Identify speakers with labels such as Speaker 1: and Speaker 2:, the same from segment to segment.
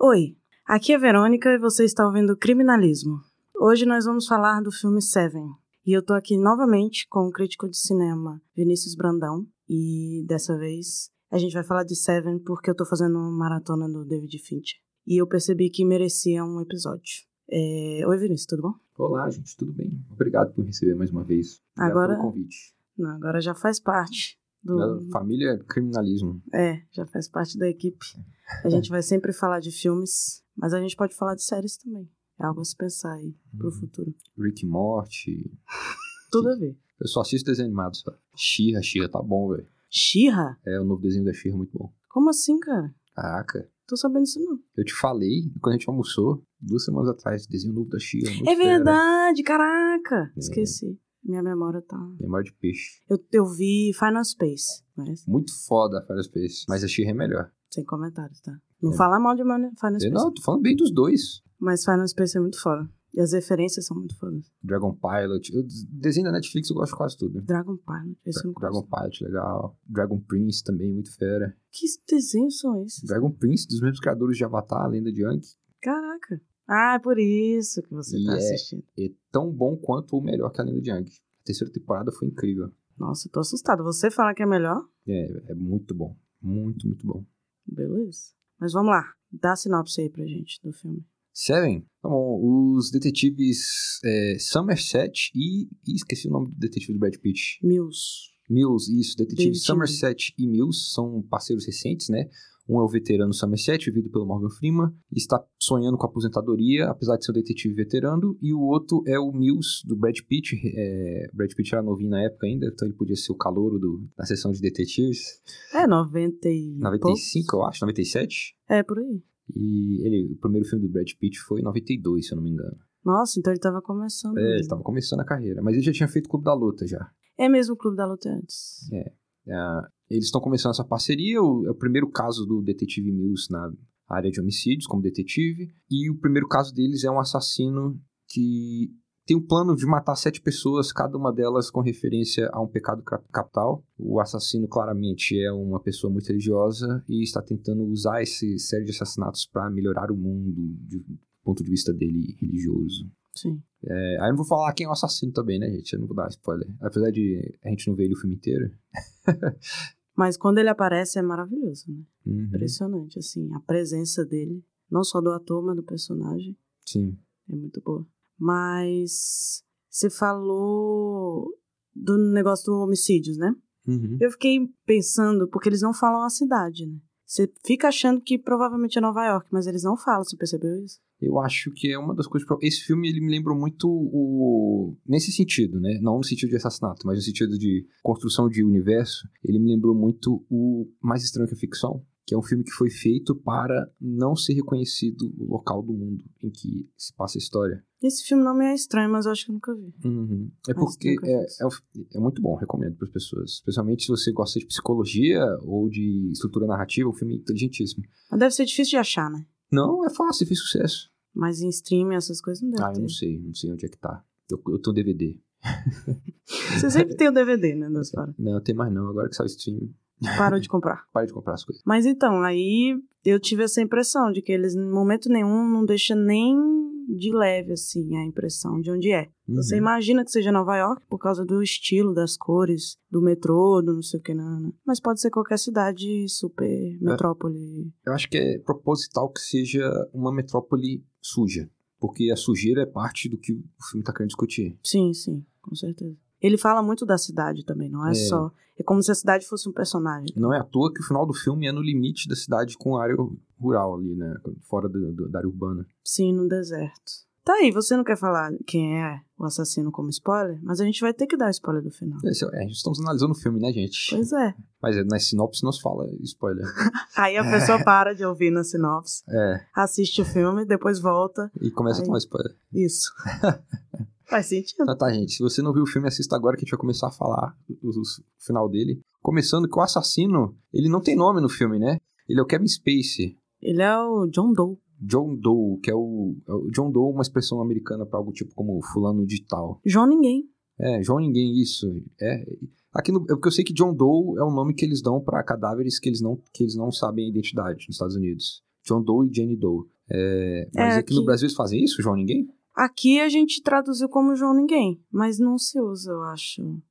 Speaker 1: Oi, aqui é Verônica e você está ouvindo Criminalismo. Hoje nós vamos falar do filme Seven. E eu tô aqui novamente com o crítico de cinema Vinícius Brandão. E dessa vez a gente vai falar de Seven porque eu tô fazendo uma maratona do David Fincher. E eu percebi que merecia um episódio. É, Oi, Vinícius, tudo bom?
Speaker 2: Olá, gente, tudo bem? Obrigado por receber mais uma vez. Obrigado
Speaker 1: Agora-
Speaker 2: pelo convite.
Speaker 1: Não, agora já faz parte do,
Speaker 2: Obrigado, Né, Família Criminalismo.
Speaker 1: É, já faz parte da equipe. A gente vai sempre falar de filmes, mas a gente pode falar de séries também. É algo a se pensar aí
Speaker 2: Uhum.
Speaker 1: pro futuro.
Speaker 2: Rick e Morty.
Speaker 1: Tudo a ver.
Speaker 2: Eu só assisto desenho animado, só. Xirra, Xirra, tá bom, velho.
Speaker 1: Xirra?
Speaker 2: É, o novo desenho da Xirra é muito bom.
Speaker 1: Como assim, cara?
Speaker 2: Caraca.
Speaker 1: Tô sabendo disso não.
Speaker 2: Eu te falei, quando a gente almoçou, duas semanas atrás, desenho novo da Xirra. muito
Speaker 1: É
Speaker 2: fera.
Speaker 1: verdade, caraca!
Speaker 2: né? É.
Speaker 1: Esqueci. Minha memória tá.
Speaker 2: Memória de peixe.
Speaker 1: Eu, eu vi Final Space, mas
Speaker 2: Muito foda a Fire Space, mas a Xirra é melhor.
Speaker 1: sem comentários, tá? Não
Speaker 2: É.
Speaker 1: fala mal de Mano- Final
Speaker 2: Eu
Speaker 1: Space.
Speaker 2: não, tô falando bem dos dois.
Speaker 1: Mas Final Space é muito foda. E as referências são muito fodas.
Speaker 2: Dragon Pilot. Eu, desenho da Netflix eu gosto de quase tudo.
Speaker 1: Dragon Pilot, esse eu não
Speaker 2: Dragon
Speaker 1: gosto.
Speaker 2: Pilot, legal. Dragon Prince também, muito fera.
Speaker 1: Que desenhos são esses?
Speaker 2: Dragon Prince, dos mesmos criadores de Avatar, a Lenda de Aang,
Speaker 1: Caraca. Ah, é por isso que você tá
Speaker 2: E é-
Speaker 1: assistindo.
Speaker 2: é tão bom quanto ou melhor que a Lenda de Aang. A terceira temporada foi incrível.
Speaker 1: Nossa, eu tô assustado. Você fala que é melhor?
Speaker 2: É, é muito bom. Muito, muito bom.
Speaker 1: Beleza. Mas vamos lá. Dá a sinopse aí pra gente do filme.
Speaker 2: Seven, tá bom, os detetives é, Somerset e, e esqueci o nome do detetive do Brad Pitt.
Speaker 1: Mills.
Speaker 2: Mills, isso, detetive
Speaker 1: Detetive.
Speaker 2: Somerset e Mills são parceiros recentes, né? Um é o veterano Somerset, vivido pelo Morgan Freeman, e está sonhando com a aposentadoria, apesar de ser um detetive veterano, e o outro é o Mills, do Brad Pitt. É, Brad Pitt era novinho na época ainda, então ele podia ser o calouro do, da sessão de detetives.
Speaker 1: É, 90 e. poucos.
Speaker 2: 95, eu acho, 97.
Speaker 1: É, por aí.
Speaker 2: E ele, o primeiro filme do Brad Pitt foi em 92, se eu não me engano.
Speaker 1: Nossa, então ele tava começando.
Speaker 2: É, ele
Speaker 1: mesmo.
Speaker 2: estava começando a carreira, mas ele já tinha feito Clube da Luta já.
Speaker 1: É mesmo o Clube da Luta antes.
Speaker 2: Ah, eles estão começando essa parceria. O, é o primeiro caso do detetive Mills na área de homicídios, como detetive. E o primeiro caso deles é um assassino que tem um plano de matar sete pessoas, cada uma delas com referência a um pecado cap- capital. O assassino claramente é uma pessoa muito religiosa e está tentando usar esse série de assassinatos para melhorar o mundo de- do ponto de vista dele religioso.
Speaker 1: Sim.
Speaker 2: É, aí eu não vou falar quem é o assassino também, né, gente? Eu não vou dar spoiler. Apesar de a gente não ver ele o filme inteiro.
Speaker 1: Mas quando ele aparece é maravilhoso, né?
Speaker 2: Uhum.
Speaker 1: Impressionante, assim. A presença dele, não só do ator, mas do personagem.
Speaker 2: Sim.
Speaker 1: É muito boa. Mas você falou do negócio do homicídios, né?
Speaker 2: Uhum.
Speaker 1: Eu fiquei pensando, porque eles não falam a cidade, né? Você fica achando que provavelmente é Nova York, mas eles não falam, você percebeu isso?
Speaker 2: Eu acho que é uma das coisas. pro- Esse filme ele me lembrou muito o. Nesse sentido, né? Não no sentido de assassinato, mas no sentido de construção de universo. Ele me lembrou muito o Mais Estranho que a Ficção, que é um filme que foi feito para não ser reconhecido o local do mundo em que se passa a história.
Speaker 1: Esse filme não me é estranho, mas eu acho que eu nunca vi.
Speaker 2: É
Speaker 1: Mais
Speaker 2: porque
Speaker 1: Estranho que a
Speaker 2: é, é, um- é muito bom, recomendo para as pessoas. Especialmente se você gosta de psicologia ou de estrutura narrativa, é um filme inteligentíssimo.
Speaker 1: Mas deve ser difícil de achar, né?
Speaker 2: Não, é fácil, fez sucesso.
Speaker 1: Mas em streaming, essas coisas não deve
Speaker 2: Ah, eu não
Speaker 1: ter.
Speaker 2: sei, não sei onde é que tá. Eu, eu tenho DVD.
Speaker 1: Você sempre tem o DVD, né, Deus fora.
Speaker 2: Não, tem mais não. Agora que saiu o stream,
Speaker 1: Parou de comprar.
Speaker 2: para de comprar as coisas.
Speaker 1: Mas então, aí eu tive essa impressão de que eles, em momento nenhum, não deixam nem de leve, assim, a impressão de onde é.
Speaker 2: Uhum.
Speaker 1: Você imagina que seja Nova York por causa do estilo, das cores, do metrô, do não sei o que, nana. Mas pode ser qualquer cidade super metrópole.
Speaker 2: Eu acho que é proposital que seja uma metrópole suja. Porque a sujeira é parte do que o filme tá querendo discutir.
Speaker 1: Sim, sim, com certeza. Ele fala muito da cidade também, não é,
Speaker 2: É.
Speaker 1: só. É como se a cidade fosse um personagem.
Speaker 2: Não é à toa que o final do filme é no limite da cidade com a área rural ali, né? Fora do- do- da área urbana.
Speaker 1: Sim, no deserto. Tá aí, você não quer falar quem é o assassino como spoiler, mas a gente vai ter que dar o spoiler do final.
Speaker 2: Esse é- é, estamos analisando o filme, né, gente?
Speaker 1: Pois é.
Speaker 2: Mas é, na sinopse nós fala spoiler.
Speaker 1: Aí a pessoa para de ouvir na sinopse,
Speaker 2: é,
Speaker 1: assiste o filme, depois volta.
Speaker 2: e começa
Speaker 1: Aí.
Speaker 2: com spoiler.
Speaker 1: Isso. Faz sentido.
Speaker 2: Então tá, gente. Se você não viu o filme, assista agora que a gente vai começar a falar o, o- o final dele. Começando que o assassino, ele não tem nome no filme, né? Ele é o Kevin Spacey.
Speaker 1: Ele é o John Doe.
Speaker 2: John Doe, que é o, é o John Doe, é uma expressão americana pra algo tipo como fulano de tal.
Speaker 1: João Ninguém.
Speaker 2: É, João ninguém isso. É, aqui no, é porque eu sei que John Doe é o nome que eles dão pra cadáveres que eles não que eles não sabem a identidade nos Estados Unidos. John Doe e Jane Doe. É, mas
Speaker 1: É,
Speaker 2: aqui no
Speaker 1: aqui-
Speaker 2: Brasil eles fazem isso, João Ninguém?
Speaker 1: Aqui a gente traduziu como João Ninguém, mas não se usa, eu acho,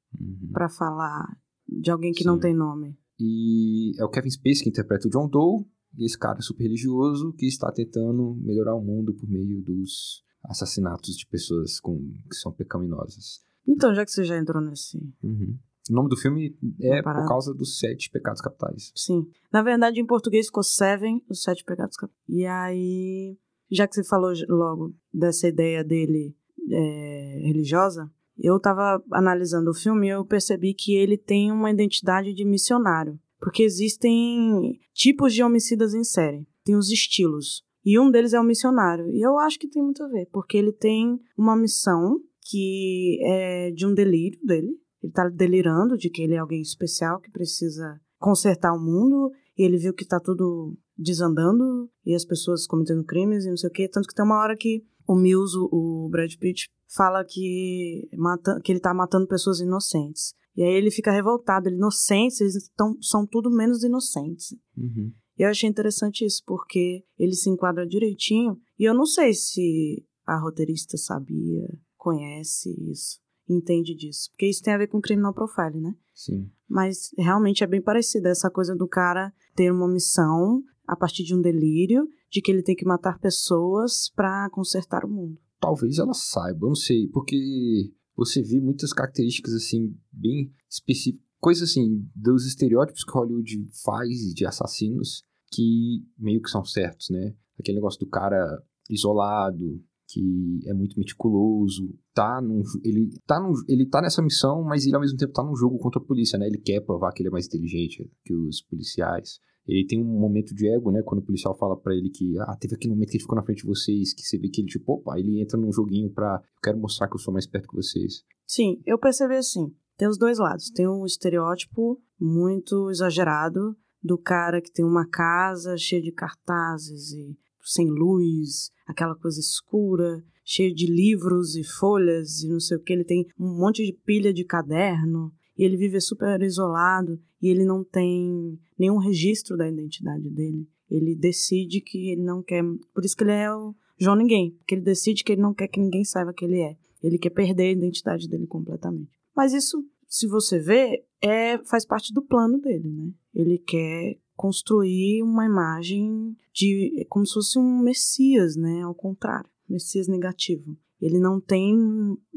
Speaker 1: pra falar de alguém que não
Speaker 2: Sim.
Speaker 1: tem nome.
Speaker 2: E é o Kevin Spacey que interpreta o John Doe, e esse cara super religioso que está tentando melhorar o mundo por meio dos assassinatos de pessoas com, que são pecaminosas.
Speaker 1: Então, já que você já entrou nesse.
Speaker 2: Uhum. O nome do filme é
Speaker 1: Uma parada.
Speaker 2: por causa dos sete pecados capitais.
Speaker 1: Sim. Na verdade, em português ficou Seven, os Sete Pecados Cap- E aí, já que você falou j- logo dessa ideia dele é, religiosa, eu tava analisando o filme e eu percebi que ele tem uma identidade de missionário. Porque existem tipos de homicidas em série, tem os estilos. E um deles é o missionário. E eu acho que tem muito a ver, porque ele tem uma missão que é de um delírio dele. Ele tá delirando de que ele é alguém especial que precisa consertar o mundo. E ele viu que tá tudo desandando e as pessoas cometendo crimes e não sei o quê. Tanto que tem uma hora que o Mills, o, o Brad Pitt, fala que, mata, que ele tá matando pessoas inocentes. E aí ele fica revoltado. Ele, inocentes, eles tão, são tudo menos inocentes.
Speaker 2: Uhum.
Speaker 1: E eu achei interessante isso, porque ele se enquadra direitinho. E eu não sei se a roteirista sabia, conhece isso, entende disso. Porque isso tem a ver com criminal profile, né?
Speaker 2: Sim.
Speaker 1: Mas realmente é bem parecida essa coisa do cara ter uma missão a partir de um delírio, de que ele tem que matar pessoas pra consertar o mundo.
Speaker 2: Talvez ela saiba, eu não sei, porque você vê muitas características assim, bem específicas, coisas assim, dos estereótipos que Hollywood faz de assassinos que meio que são certos, né? Aquele negócio do cara isolado, que é muito meticuloso, tá num, jo- ele, tá num, ele tá nessa missão, mas ele ao mesmo tempo tá num jogo contra a polícia, né? Ele quer provar que ele é mais inteligente que os policiais. Ele tem um momento de ego, né? Quando o policial fala pra ele que, ah, teve aquele momento que ele ficou na frente de vocês, que você vê que ele, tipo, opa, ele entra num joguinho pra, eu quero mostrar que eu sou mais perto que vocês.
Speaker 1: Sim, eu percebi assim. Tem os dois lados. Tem um estereótipo muito exagerado do cara que tem uma casa cheia de cartazes e sem luz, aquela coisa escura, cheio de livros e folhas e não sei o que. Ele tem um monte de pilha de caderno e ele vive super isolado e ele não tem nenhum registro da identidade dele. Ele decide que ele não quer. Por isso que ele é o João Ninguém, porque ele decide que ele não quer que ninguém saiba que ele é. Ele quer perder a identidade dele completamente. Mas isso, se você vê, é, faz parte do plano dele, né? Ele quer construir uma imagem de é como se fosse um messias, né? Ao contrário, messias negativo. Ele não tem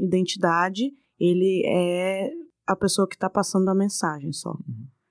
Speaker 1: identidade, ele é a pessoa que está passando a mensagem só.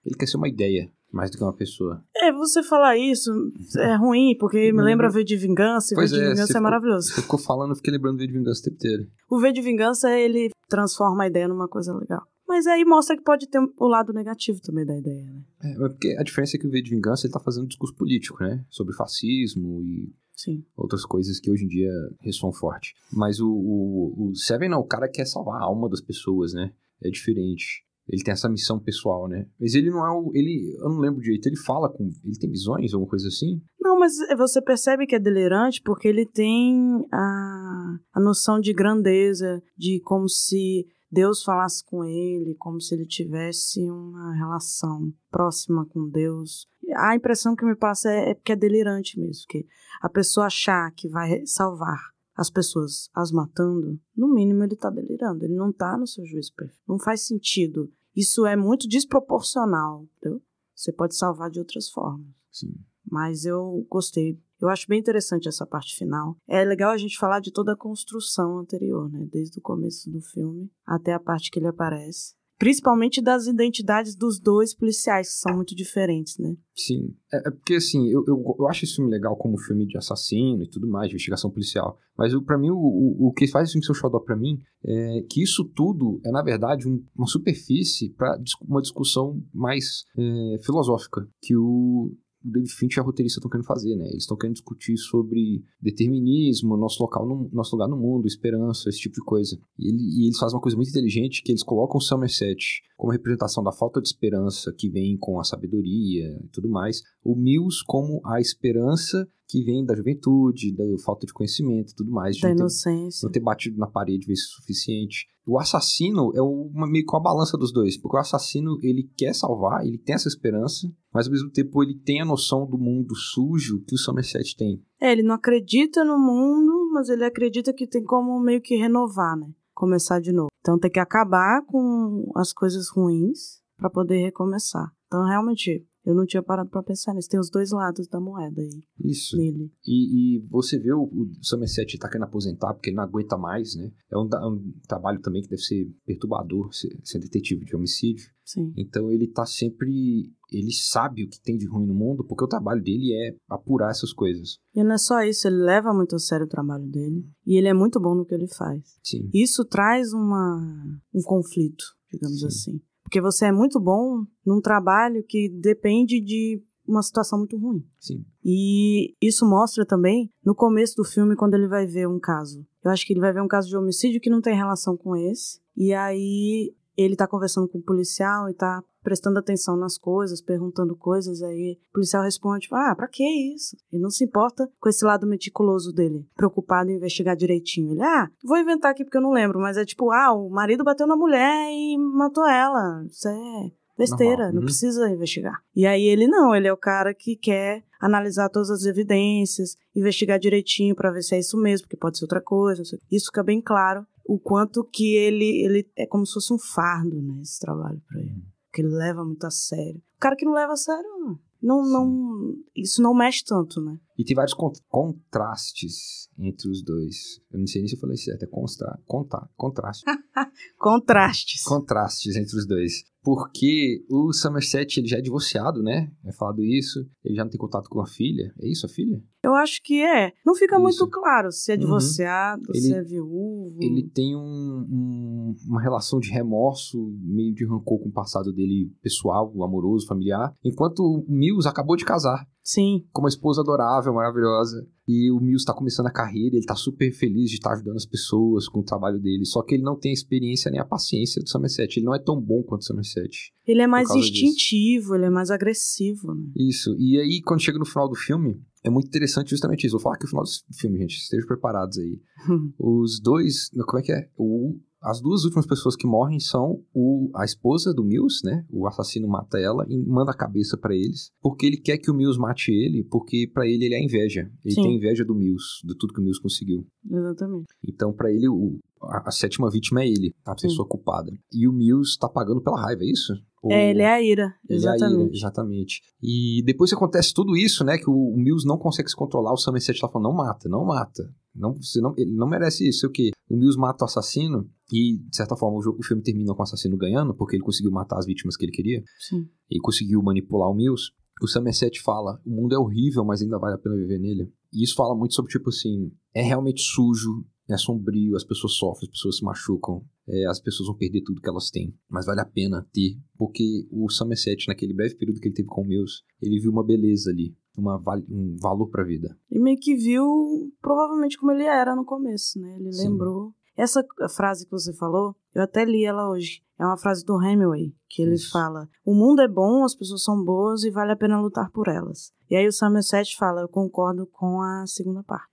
Speaker 2: Ele quer ser uma ideia, mais do que uma pessoa.
Speaker 1: É, você falar isso é ruim, porque me lembra V de Vingança, e V
Speaker 2: Uhum. Pois
Speaker 1: de
Speaker 2: é,
Speaker 1: Vingança
Speaker 2: se
Speaker 1: é
Speaker 2: for-
Speaker 1: maravilhoso.
Speaker 2: Você ficou falando, eu fiquei lembrando do de vingança o tempo inteiro.
Speaker 1: O V de Vingança, ele transforma a ideia numa coisa legal. Mas aí mostra que pode ter o lado negativo também da ideia, né?
Speaker 2: É, mas porque a diferença é que o V de Vingança ele tá fazendo discurso político, né? Sobre fascismo e
Speaker 1: Sim.
Speaker 2: outras coisas que hoje em dia ressoam forte. Mas o, o, o Seven não, o cara quer salvar a alma das pessoas, né? É diferente. Ele tem essa missão pessoal, né? Mas ele não é o. Ele, eu não lembro direito, ele fala com. Ele tem visões, alguma coisa assim?
Speaker 1: Não, mas você percebe que é delirante porque ele tem a, a noção de grandeza, de como se Deus falasse com ele, como se ele tivesse uma relação próxima com Deus. A impressão que me passa é, é que é delirante mesmo, que a pessoa achar que vai salvar as pessoas as matando, no mínimo ele tá delirando, ele não tá no seu juízo perfeito. Não faz sentido. Isso é muito desproporcional, entendeu? Você pode salvar de outras formas
Speaker 2: Sim.
Speaker 1: mas eu gostei. Eu acho bem interessante essa parte final. É legal a gente falar de toda a construção anterior, né? Desde o começo do filme até a parte que ele aparece. Principalmente das identidades dos dois policiais, que são muito diferentes, né?
Speaker 2: Sim. É, é porque, assim, eu, eu, eu acho esse filme legal como filme de assassino e tudo mais, de investigação policial. Mas, o- pra mim, o, o, o que faz esse filme ser um xodó pra mim é que isso tudo é, na verdade, um- uma superfície para uma discussão mais é, filosófica que o David Fincher e a roteirista estão querendo fazer, né? Eles estão querendo discutir sobre determinismo, nosso local, no, nosso lugar no mundo, esperança, esse tipo de coisa. E, ele- e eles fazem uma coisa muito inteligente que eles colocam o Somerset como representação da falta de esperança que vem com a sabedoria e tudo mais, o Mills como a esperança que vem da juventude, da falta de conhecimento e tudo mais. de
Speaker 1: da
Speaker 2: não ter-
Speaker 1: inocência.
Speaker 2: não ter batido na parede vezes o suficiente. O assassino é uma, meio que uma balança dos dois, porque o assassino ele quer salvar, ele tem essa esperança, mas ao mesmo tempo ele tem a noção do mundo sujo que o Somerset tem.
Speaker 1: É, ele não acredita no mundo, mas ele acredita que tem como meio que renovar, né? Começar de novo. Então tem que acabar com as coisas ruins pra poder recomeçar. Então realmente, eu não tinha parado pra pensar nisso. Tem os dois lados da moeda aí
Speaker 2: Isso.
Speaker 1: nele.
Speaker 2: E, e você vê o, o Somerset tá querendo aposentar porque ele não aguenta mais, né? É um, da- um trabalho também que deve ser perturbador ser- ser detetive de homicídio.
Speaker 1: Sim.
Speaker 2: Então ele tá sempre. Ele sabe o que tem de ruim no mundo, porque o trabalho dele é apurar essas coisas.
Speaker 1: E não é só isso, ele leva muito a sério o trabalho dele e ele é muito bom no que ele faz.
Speaker 2: Sim.
Speaker 1: Isso traz uma, um conflito, digamos
Speaker 2: Sim.
Speaker 1: assim. Porque você é muito bom num trabalho que depende de uma situação muito ruim.
Speaker 2: Sim.
Speaker 1: E isso mostra também no começo do filme, quando ele vai ver um caso. Eu acho que ele vai ver um caso de homicídio que não tem relação com esse. E aí ele tá conversando com o policial e tá prestando atenção nas coisas, perguntando coisas. Aí o policial responde: tipo, Ah, pra que isso? Ele não se importa com esse lado meticuloso dele, preocupado em investigar direitinho. Ele, ah, vou inventar aqui porque eu não lembro, mas é tipo, ah, o marido bateu na mulher e matou ela. Isso é besteira,
Speaker 2: Normal,
Speaker 1: não
Speaker 2: uhum.
Speaker 1: precisa investigar. E aí ele não, ele é o cara que quer analisar todas as evidências, investigar direitinho pra ver se é isso mesmo, porque pode ser outra coisa. não sei. Isso fica bem claro o quanto que ele ele é como se fosse um fardo, né, esse trabalho pra
Speaker 2: Uhum.
Speaker 1: ele. Porque ele leva muito a sério. O cara que não leva a sério, não,
Speaker 2: Sim.
Speaker 1: não, isso não mexe tanto, né?
Speaker 2: E tem vários con- contrastes entre os dois. Eu não sei nem se eu falei certo, é constra, conta, contraste.
Speaker 1: Contrastes.
Speaker 2: contrastes entre os dois. Porque o Somerset ele já é divorciado, né? É falado isso. Ele já não tem contato com a filha. É isso, a filha?
Speaker 1: Eu acho que é. Não fica
Speaker 2: Isso.
Speaker 1: muito claro se é
Speaker 2: Uhum.
Speaker 1: divorciado, se
Speaker 2: Ele-
Speaker 1: é viúvo.
Speaker 2: Ele tem um- um- uma relação de remorso, meio de rancor com o passado dele pessoal, amoroso, familiar. Enquanto o Mills acabou de casar.
Speaker 1: Sim,
Speaker 2: com uma esposa adorável, maravilhosa. E o Mills tá começando a carreira, ele tá super feliz de estar ajudando as pessoas com o trabalho dele. Só que ele não tem a experiência nem a paciência do Somerset. Ele não é tão bom quanto o Somerset.
Speaker 1: ele é mais
Speaker 2: causa disso.
Speaker 1: instintivo, ele é mais agressivo, né?
Speaker 2: Isso. E aí, quando chega no final do filme, é muito interessante justamente isso. Vou falar que o final do filme, gente. Estejam preparados aí. Os dois. não, Como é que é? O- as duas últimas pessoas que morrem são o- a esposa do Mills, né? O assassino mata ela e manda a cabeça pra eles. Porque ele quer que o Mills mate ele, porque pra ele ele é inveja. Ele
Speaker 1: Sim.
Speaker 2: tem inveja do Mills, de tudo que o Mills conseguiu.
Speaker 1: Exatamente.
Speaker 2: Então, pra ele, o- a, a sétima vítima é ele, a
Speaker 1: Sim.
Speaker 2: pessoa culpada. E o Mills tá pagando pela raiva, é isso? Ou-
Speaker 1: É, ele é a ira.
Speaker 2: ele é a ira,
Speaker 1: Exatamente.
Speaker 2: exatamente. E depois que acontece tudo isso, né? Que o, o Mills não consegue se controlar, o Somerset tá falando, não mata, não mata. Não, você não, ele não merece isso. Sei o quê? O Mills mata o assassino e, de certa forma, o, jogo- o filme termina com o assassino ganhando, porque ele conseguiu matar as vítimas que ele queria
Speaker 1: Sim.
Speaker 2: e conseguiu manipular o Mills, o Somerset fala: o mundo é horrível, mas ainda vale a pena viver nele. E isso fala muito sobre, tipo assim, é realmente sujo, é sombrio, as pessoas sofrem, as pessoas se machucam, é, as pessoas vão perder tudo que elas têm, mas vale a pena ter, porque o Somerset, naquele breve período que ele teve com o Mills, ele viu uma beleza ali, uma val- um valor pra vida.
Speaker 1: E meio que viu provavelmente como ele era no começo, né? Ele
Speaker 2: Sim.
Speaker 1: lembrou. Essa frase que você falou, eu até li ela hoje. É uma frase do Hemingway, que ele
Speaker 2: Isso.
Speaker 1: fala: O mundo é bom, as pessoas são boas e vale a pena lutar por elas. E aí o Somerset fala: Eu concordo com a segunda parte.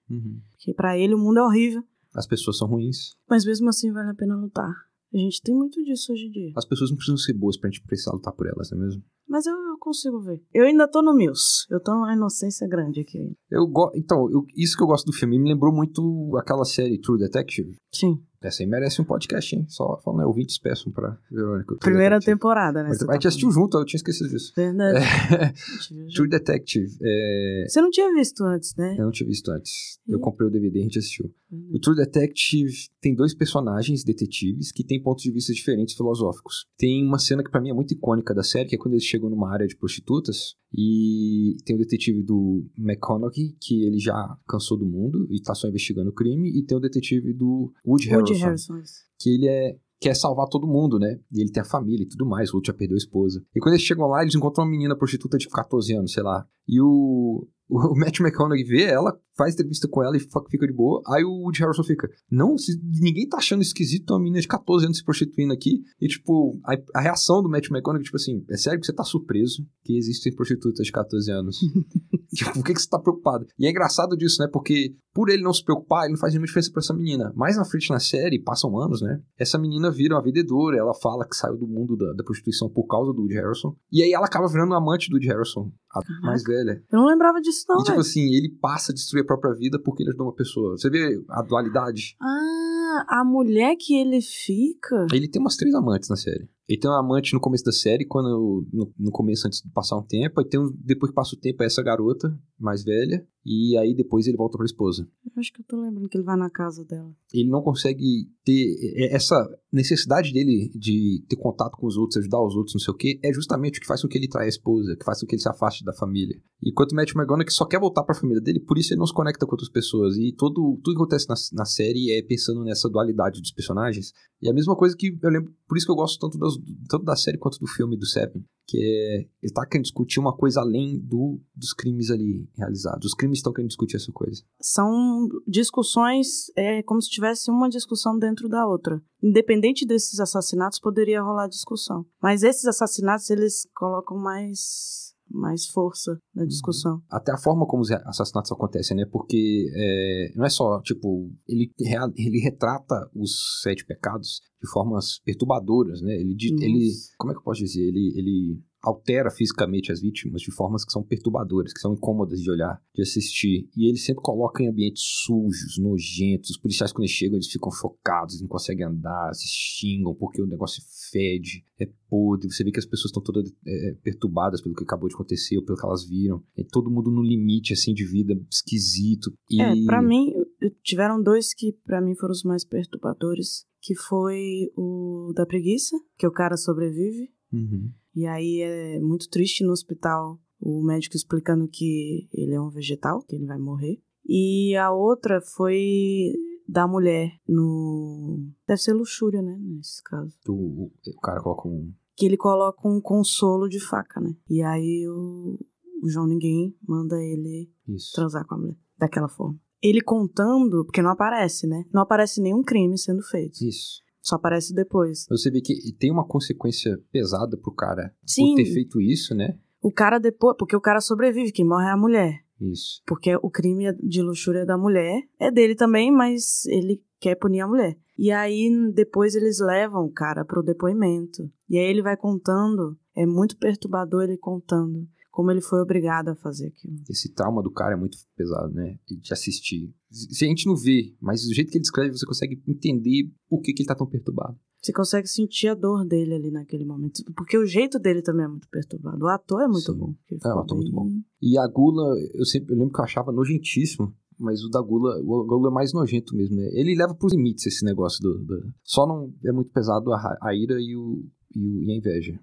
Speaker 1: Que pra ele o mundo é horrível,
Speaker 2: As pessoas são ruins,
Speaker 1: mas mesmo assim vale a pena lutar. A gente tem muito disso hoje em dia.
Speaker 2: as pessoas não precisam ser boas pra gente precisar lutar por elas, não é mesmo?
Speaker 1: Mas eu, eu consigo ver. Eu ainda tô no Mills. Eu tô numa inocência grande aqui ainda.
Speaker 2: Eu go... Então, eu- isso que eu gosto do filme, me lembrou muito aquela série True Detective.
Speaker 1: Sim.
Speaker 2: Essa aí merece um podcast, hein? Só falando, é ouvintes peçam pra Verônica. True
Speaker 1: Primeira
Speaker 2: Detective.
Speaker 1: temporada, né?
Speaker 2: Mas
Speaker 1: Você
Speaker 2: A gente
Speaker 1: tá
Speaker 2: assistiu É. junto, eu tinha esquecido disso.
Speaker 1: falando. Verdade. A gente viu
Speaker 2: True Detective, é,
Speaker 1: Você não tinha visto antes, né?
Speaker 2: eu não tinha visto antes. Eu
Speaker 1: Ih.
Speaker 2: comprei o DVD e a gente assistiu. O True Detective tem dois personagens detetives que têm pontos de vista diferentes filosóficos. Tem uma cena que pra mim é muito icônica da série, que é quando eles chegam numa área de prostitutas e tem o detetive do McConaughey, que ele já cansou do mundo e tá só investigando o crime, e tem o detetive do
Speaker 1: Woody
Speaker 2: Woody Harrelson.
Speaker 1: Harrison. isso.
Speaker 2: que ele é quer salvar todo mundo, né? E ele tem a família e tudo mais, o outro já perdeu a esposa. E quando eles chegam lá, eles encontram uma menina prostituta de 14 anos, sei lá. E o, o Matt McConaughey vê ela faz entrevista com ela e fa- fica de boa. Aí o Woody Harrelson fica, não, se- ninguém tá achando esquisito uma menina de 14 anos se prostituindo aqui. E, tipo, a, a reação do Matt McConaughey, tipo assim, é sério que você tá surpreso que existem prostitutas de 14 anos? tipo, por que, que você tá preocupado? E é engraçado disso, né? Porque por ele não se preocupar, ele não faz nenhuma diferença pra essa menina. Mais na frente na série, passam anos, né? Essa menina vira uma vendedora, ela fala que saiu do mundo da, da prostituição por causa do Woody Harrelson. E aí ela acaba virando amante do Woody Harrelson, a mais velha.
Speaker 1: Eu não lembrava disso, não,
Speaker 2: E tipo
Speaker 1: velho.
Speaker 2: assim, ele passa a destruir a própria vida porque ele ajudou uma pessoa. Você vê a dualidade?
Speaker 1: Ah, a mulher que ele fica.
Speaker 2: Ele tem umas três amantes na série. Ele tem uma amante no começo da série, quando no, no começo, antes de passar um tempo. Aí tem um, depois que passa o tempo, é essa garota mais velha. E aí depois ele volta pra esposa.
Speaker 1: Eu acho que eu tô lembrando que ele vai na casa dela.
Speaker 2: Ele não consegue ter é- essa necessidade dele de ter contato com os outros, ajudar os outros, não sei o quê. É justamente o que faz com que ele traia a esposa, que faz com que ele se afaste da família. Enquanto o Matt McGonagall só quer voltar pra família dele, por isso ele não se conecta com outras pessoas. E todo, tudo que acontece na, na série é pensando nessa dualidade dos personagens. E a mesma coisa que eu lembro, por isso que eu gosto tanto, das- tanto da série quanto do filme do Seven, que é. Ele tá querendo discutir uma coisa além do, dos crimes ali realizados. Os crimes estão querendo discutir essa coisa.
Speaker 1: São discussões, é como se tivesse uma discussão dentro da outra. Independente desses assassinatos, poderia rolar discussão. Mas esses assassinatos, eles colocam mais, mais força
Speaker 2: Uhum.
Speaker 1: na discussão.
Speaker 2: Até a forma como os re- assassinatos acontecem, né? Porque é, não é só, tipo, ele, rea- ele retrata os sete pecados de formas perturbadoras, né? Ele, di-
Speaker 1: Nossa.
Speaker 2: ele como é que eu posso dizer? Ele, ele altera fisicamente as vítimas de formas que são perturbadoras, que são incômodas de olhar, de assistir. E ele sempre coloca em ambientes sujos, nojentos. Os policiais, quando eles chegam, eles ficam chocados, não conseguem andar, se xingam porque o negócio fede, é podre. Você vê que as pessoas estão todas é, perturbadas pelo que acabou de acontecer ou pelo que elas viram. É todo mundo no limite, assim, de vida esquisito. E...
Speaker 1: É, pra mim, tiveram dois que pra mim foram os mais perturbadores, que foi o da preguiça, que o cara sobrevive,
Speaker 2: Uhum.
Speaker 1: e aí é muito triste no hospital, o médico explicando que ele é um vegetal, que ele vai morrer. E a outra foi da mulher no deve ser luxúria, né, nesse caso.
Speaker 2: O, o- o cara coloca um...
Speaker 1: Que ele coloca um consolo de faca, né? E aí o, o João Ninguém manda ele
Speaker 2: Isso.
Speaker 1: transar com a mulher daquela forma. Ele contando, porque não aparece, né? Não aparece nenhum crime sendo feito.
Speaker 2: Isso.
Speaker 1: Só aparece depois.
Speaker 2: Você vê que tem uma consequência pesada pro cara
Speaker 1: Sim,
Speaker 2: por ter feito isso, né?
Speaker 1: o cara depois. Porque o cara sobrevive, quem morre é a mulher.
Speaker 2: Isso.
Speaker 1: Porque o crime de luxúria da mulher é dele também, mas ele quer punir a mulher. E aí depois eles levam o cara pro depoimento. E aí ele vai contando. É muito perturbador ele contando como ele foi obrigado a fazer aquilo.
Speaker 2: Esse trauma do cara é muito pesado, né? De assistir. Se a gente não vê, mas do jeito que ele escreve, você consegue entender por que, que ele tá tão perturbado.
Speaker 1: Você consegue sentir a dor dele ali naquele momento. Porque o jeito dele também é muito perturbado. O ator é muito
Speaker 2: Sim.
Speaker 1: bom. Ele
Speaker 2: É, o
Speaker 1: ficou
Speaker 2: ator é muito
Speaker 1: bem-
Speaker 2: E a Gula, eu sempre eu lembro que eu achava nojentíssimo. Mas o da Gula, o Gula é mais nojento mesmo, né? Ele leva pros limites esse negócio do. do- Só não é muito pesado a, ra- a ira e, o, e, o- e a inveja. né?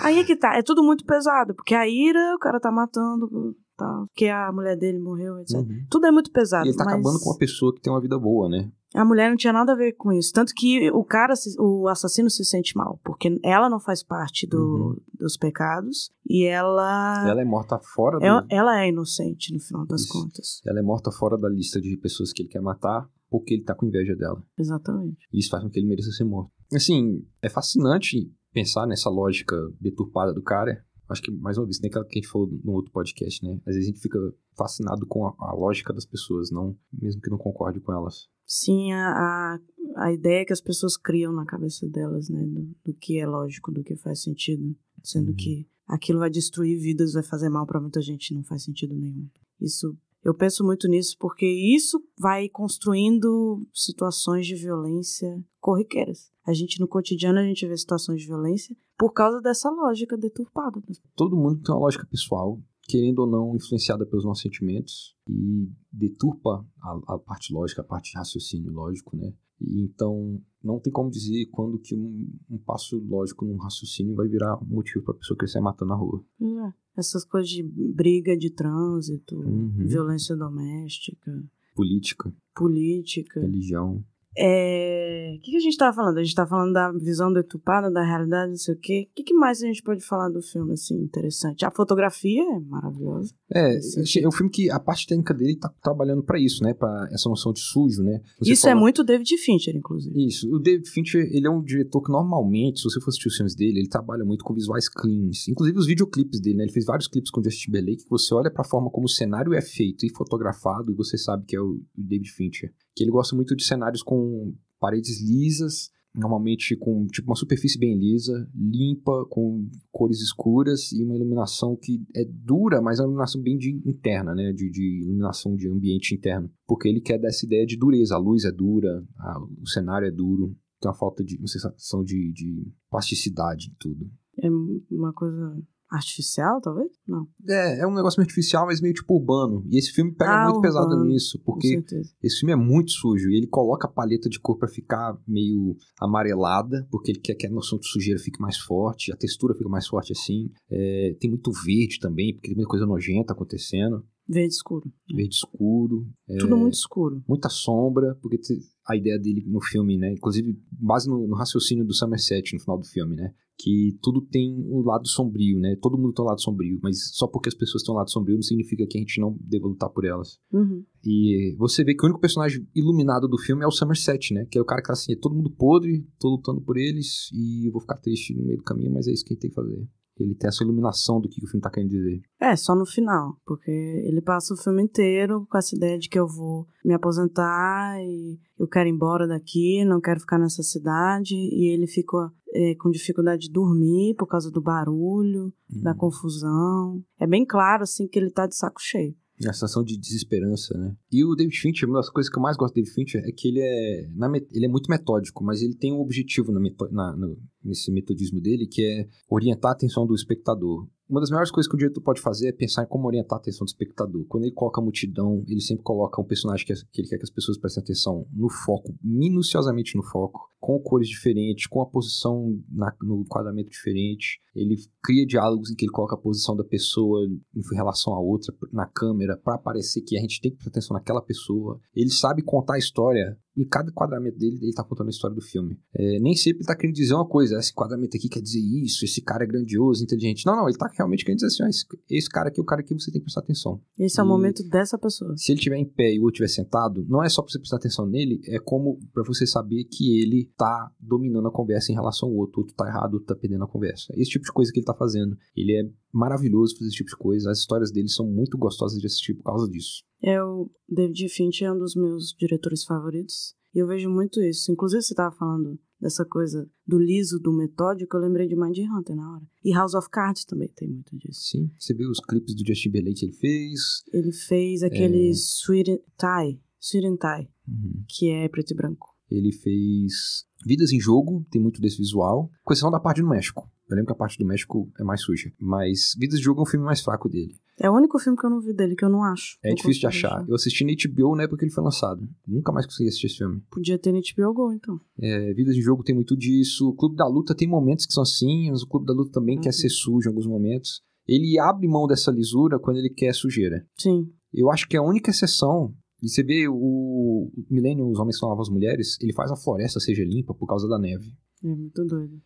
Speaker 1: Aí é que tá. É tudo muito pesado. Porque a ira, o cara tá matando, tá, porque a mulher dele morreu, etc.
Speaker 2: Uhum.
Speaker 1: Tudo é muito pesado.
Speaker 2: E ele tá
Speaker 1: mas
Speaker 2: acabando com uma pessoa que tem uma vida boa, né?
Speaker 1: A mulher não tinha nada a ver com isso. Tanto que o cara, se- o assassino se sente mal. Porque ela não faz parte do- dos pecados. E ela.
Speaker 2: Uhum. Ela é morta fora
Speaker 1: Ela,
Speaker 2: do.
Speaker 1: ela é inocente, no final das
Speaker 2: Isso.
Speaker 1: contas.
Speaker 2: Ela é morta fora da lista de pessoas que ele quer matar porque ele tá com inveja dela.
Speaker 1: Exatamente.
Speaker 2: E isso faz com que ele mereça ser morto. Assim, é fascinante pensar nessa lógica deturpada do cara. Acho que, mais uma vez, tem aquela que a gente falou no outro podcast, né? Às vezes a gente fica fascinado com a, a lógica das pessoas, não mesmo que não concorde com elas.
Speaker 1: Sim, a, a, a ideia que as pessoas criam na cabeça delas, né? Do, do que é lógico, do que faz sentido. Sendo
Speaker 2: Uhum.
Speaker 1: que aquilo vai destruir vidas, vai fazer mal pra muita gente, não faz sentido nenhum. Isso. Eu penso muito nisso porque isso vai construindo situações de violência corriqueiras. A gente, no cotidiano, a gente vê situações de violência por causa dessa lógica deturpada. né?
Speaker 2: Todo mundo tem uma lógica pessoal, querendo ou não, influenciada pelos nossos sentimentos e deturpa a, a parte lógica, a parte de raciocínio lógico, né? E, então, não tem como dizer quando que um, um passo lógico num raciocínio vai virar um motivo pra pessoa crescer matando na rua.
Speaker 1: É. Essas coisas de briga de trânsito,
Speaker 2: Uhum.
Speaker 1: violência doméstica,
Speaker 2: Política,
Speaker 1: política.
Speaker 2: religião.
Speaker 1: É, O que, que a gente tava falando? A gente tava falando da visão deturpada, da realidade, não sei o quê. O que, que mais a gente pode falar do filme, assim, interessante? A fotografia é maravilhosa.
Speaker 2: É,
Speaker 1: Sim.
Speaker 2: esse é um filme que a parte técnica dele tá trabalhando pra isso, né? Pra essa noção de sujo, né? Você
Speaker 1: Isso é
Speaker 2: falou-
Speaker 1: muito David Fincher, inclusive.
Speaker 2: Isso. O David Fincher, ele é um diretor que normalmente, se você for assistir os filmes dele, ele trabalha muito com visuais cleans. Inclusive os videoclipes dele, né? Ele fez vários clipes com o Justin Timberlake que você olha pra forma como o cenário é feito e fotografado e você sabe que é o David Fincher. Que ele gosta muito de cenários com paredes lisas, normalmente com tipo uma superfície bem lisa, limpa, com cores escuras e uma iluminação que é dura, mas é uma iluminação bem de interna, né? De, de iluminação de ambiente interno. Porque ele quer dar essa ideia de dureza. A luz é dura, a- o cenário é duro, tem uma falta de uma sensação de, de plasticidade em tudo.
Speaker 1: É uma coisa artificial, talvez? Não,
Speaker 2: É, é um negócio meio artificial, mas meio tipo urbano. E esse filme pega
Speaker 1: Ah,
Speaker 2: muito pesado
Speaker 1: urbano.
Speaker 2: nisso,
Speaker 1: com
Speaker 2: porque
Speaker 1: certeza.
Speaker 2: Esse filme é muito sujo e ele coloca a paleta de cor pra ficar meio amarelada, porque ele quer que a noção de sujeira fique mais forte, a textura fica mais forte assim. É, tem muito verde também, porque tem muita coisa nojenta acontecendo,
Speaker 1: Verde escuro.
Speaker 2: verde escuro,
Speaker 1: Tudo muito escuro.
Speaker 2: muita sombra, porque te- a ideia dele no filme, né, inclusive base no, no raciocínio do Somerset no final do filme, né, que tudo tem um lado sombrio, né, todo mundo tem um lado sombrio, mas só porque as pessoas têm um lado sombrio não significa que a gente não deva lutar por elas.
Speaker 1: Uhum.
Speaker 2: E você vê que o único personagem iluminado do filme é o Somerset, né? Que é o cara que tá assim, é todo mundo podre, tô lutando por eles e eu vou ficar triste no meio do caminho, mas é isso que a gente tem que fazer. Ele tem essa iluminação do que o filme tá querendo dizer.
Speaker 1: É, só no final, porque ele passa o filme inteiro com essa ideia de que eu vou me aposentar e eu quero ir embora daqui, não quero ficar nessa cidade. E ele fica é, com dificuldade de dormir por causa do barulho, da
Speaker 2: Hum.
Speaker 1: confusão. É bem claro, assim, que ele tá de saco cheio.
Speaker 2: A sensação de desesperança, né? E o David Fincher, uma das coisas que eu mais gosto do David Fincher é que ele é, na me- ele é muito metódico, mas ele tem um objetivo na meto- na- no- nesse metodismo dele, que é orientar a atenção do espectador. Uma das melhores coisas que um diretor pode fazer é pensar em como orientar a atenção do espectador. Quando ele coloca a multidão, ele sempre coloca um personagem que, que ele quer que as pessoas prestem atenção no foco, minuciosamente no foco, com cores diferentes, com a posição na- no enquadramento diferente. Ele cria diálogos em que ele coloca a posição da pessoa em relação à outra na câmera pra parecer que a gente tem que prestar atenção naquela pessoa. Ele sabe contar a história. Em cada enquadramento dele, ele tá contando a história do filme. É, nem sempre ele tá querendo dizer uma coisa. "Ah, Esse enquadramento aqui quer dizer isso, esse cara é grandioso, inteligente. Não, não, ele tá realmente querendo dizer assim, "Ah, esse, esse cara aqui é o cara que você tem que prestar atenção.
Speaker 1: Esse é o
Speaker 2: E-
Speaker 1: momento dessa pessoa.
Speaker 2: Se ele estiver em pé e o outro estiver sentado, não é só pra você prestar atenção nele, é como pra você saber que ele tá dominando a conversa em relação ao outro, o outro tá errado, o outro tá perdendo a conversa. Esse tipo de coisa que ele tá fazendo. Ele é maravilhoso fazer esse tipo de coisa, as histórias dele são muito gostosas de assistir por causa disso.
Speaker 1: Eu, David Fincher é um dos meus diretores favoritos. E eu vejo muito isso. Inclusive, você estava falando dessa coisa do liso, do metódico. Eu lembrei de Mindhunter na hora. E House of Cards também tem muito disso.
Speaker 2: Sim, você viu os clipes do Justin Bieber que ele fez.
Speaker 1: Ele fez
Speaker 2: É.
Speaker 1: aquele Sweet and Tie, Sweet and Tie,
Speaker 2: Uhum.
Speaker 1: que é preto e branco.
Speaker 2: Ele fez Vidas em Jogo, tem muito desse visual, com exceção da parte do México. Eu lembro que a parte do México é mais suja, mas Vidas em Jogo é um filme mais fraco dele.
Speaker 1: É o único filme que eu não vi dele, que eu não acho.
Speaker 2: É
Speaker 1: Não
Speaker 2: difícil de
Speaker 1: consigo
Speaker 2: achar. Eu assisti na HBO na época que ele foi lançado. Nunca mais consegui assistir esse filme.
Speaker 1: Podia ter Nate Go, então.
Speaker 2: É, Vidas de Jogo tem muito disso. O Clube da Luta tem momentos que são assim, mas o Clube da Luta também
Speaker 1: Uhum.
Speaker 2: quer ser sujo em alguns momentos. Ele abre mão dessa lisura quando ele quer sujeira.
Speaker 1: Sim.
Speaker 2: Eu acho que a única exceção. E você vê o Millennium, Os Homens São Novas Mulheres, ele faz a floresta seja limpa por causa da neve.
Speaker 1: É muito doido.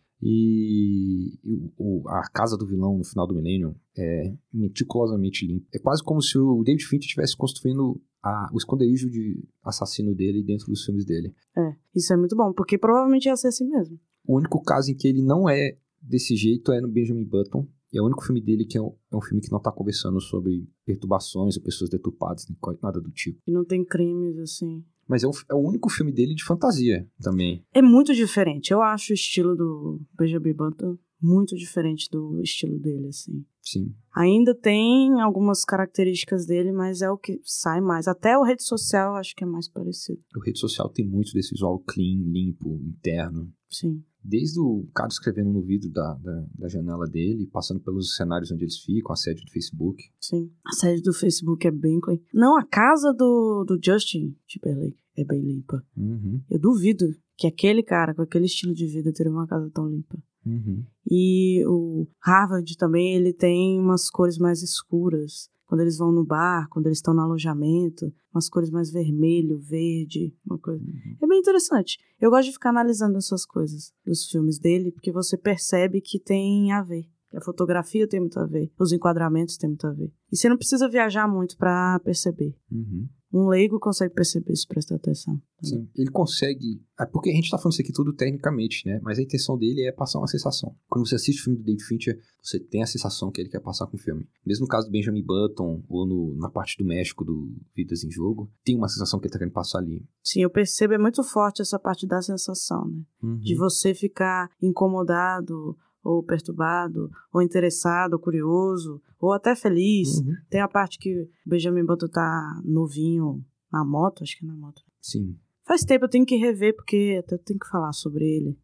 Speaker 2: E o- o- a casa do vilão no final do Millennium é meticulosamente limpa. É quase como se o David Fincher estivesse construindo a- o esconderijo de assassino dele dentro dos filmes dele.
Speaker 1: É. Isso é muito bom, porque provavelmente ia ser assim mesmo.
Speaker 2: O único caso em que ele não é desse jeito é no Benjamin Button. E é o único filme dele que é um, é um filme que não tá conversando sobre perturbações ou pessoas deturpadas, nem co- nada do tipo.
Speaker 1: E não tem crimes, assim.
Speaker 2: Mas é, um fi- é o único filme dele de fantasia também.
Speaker 1: É muito diferente. Eu acho o estilo do Benjamin Button muito diferente do estilo dele, assim.
Speaker 2: Sim.
Speaker 1: Ainda tem algumas características dele, mas é o que sai mais. Até o rede social eu acho que é mais parecido.
Speaker 2: O rede social tem muito desse visual clean, limpo, interno.
Speaker 1: Sim.
Speaker 2: Desde o cara escrevendo no vidro da, da, da janela dele, passando pelos cenários onde eles ficam, a sede do Facebook.
Speaker 1: Sim. A sede do Facebook é bem clean. Não, a casa do, do Justin Timberlake é bem limpa.
Speaker 2: Uhum,
Speaker 1: Eu duvido que aquele cara com aquele estilo de vida teria uma casa tão limpa.
Speaker 2: uhum.
Speaker 1: E o Harvard também, ele tem umas cores mais escuras. Quando eles vão no bar, quando eles estão no alojamento, umas cores mais vermelho, verde, uma coisa. É bem interessante. Eu gosto de ficar analisando essas coisas dos filmes dele, porque você percebe que tem a ver. A fotografia tem muito a ver, os enquadramentos tem muito a ver. E você não precisa viajar muito pra perceber.
Speaker 2: Uhum.
Speaker 1: Um leigo consegue perceber se prestar atenção.
Speaker 2: Sim. Assim, Ele consegue. É porque a gente tá falando isso aqui tudo tecnicamente, né? Mas a intenção dele é passar uma sensação. Quando você assiste o filme do David Fincher, você tem a sensação que ele quer passar com o filme. Mesmo no caso do Benjamin Button, ou no- na parte do México do Vidas em Jogo, tem uma sensação que ele tá querendo passar ali.
Speaker 1: Sim, eu percebo, é muito forte essa parte da sensação, né?
Speaker 2: Uhum.
Speaker 1: de você ficar incomodado ou perturbado ou interessado ou curioso ou até feliz.
Speaker 2: Uhum.
Speaker 1: Tem a parte que o Benjamin Button tá novinho na moto, acho que é na moto.
Speaker 2: Sim.
Speaker 1: Faz tempo eu tenho que rever porque até tenho que falar sobre ele,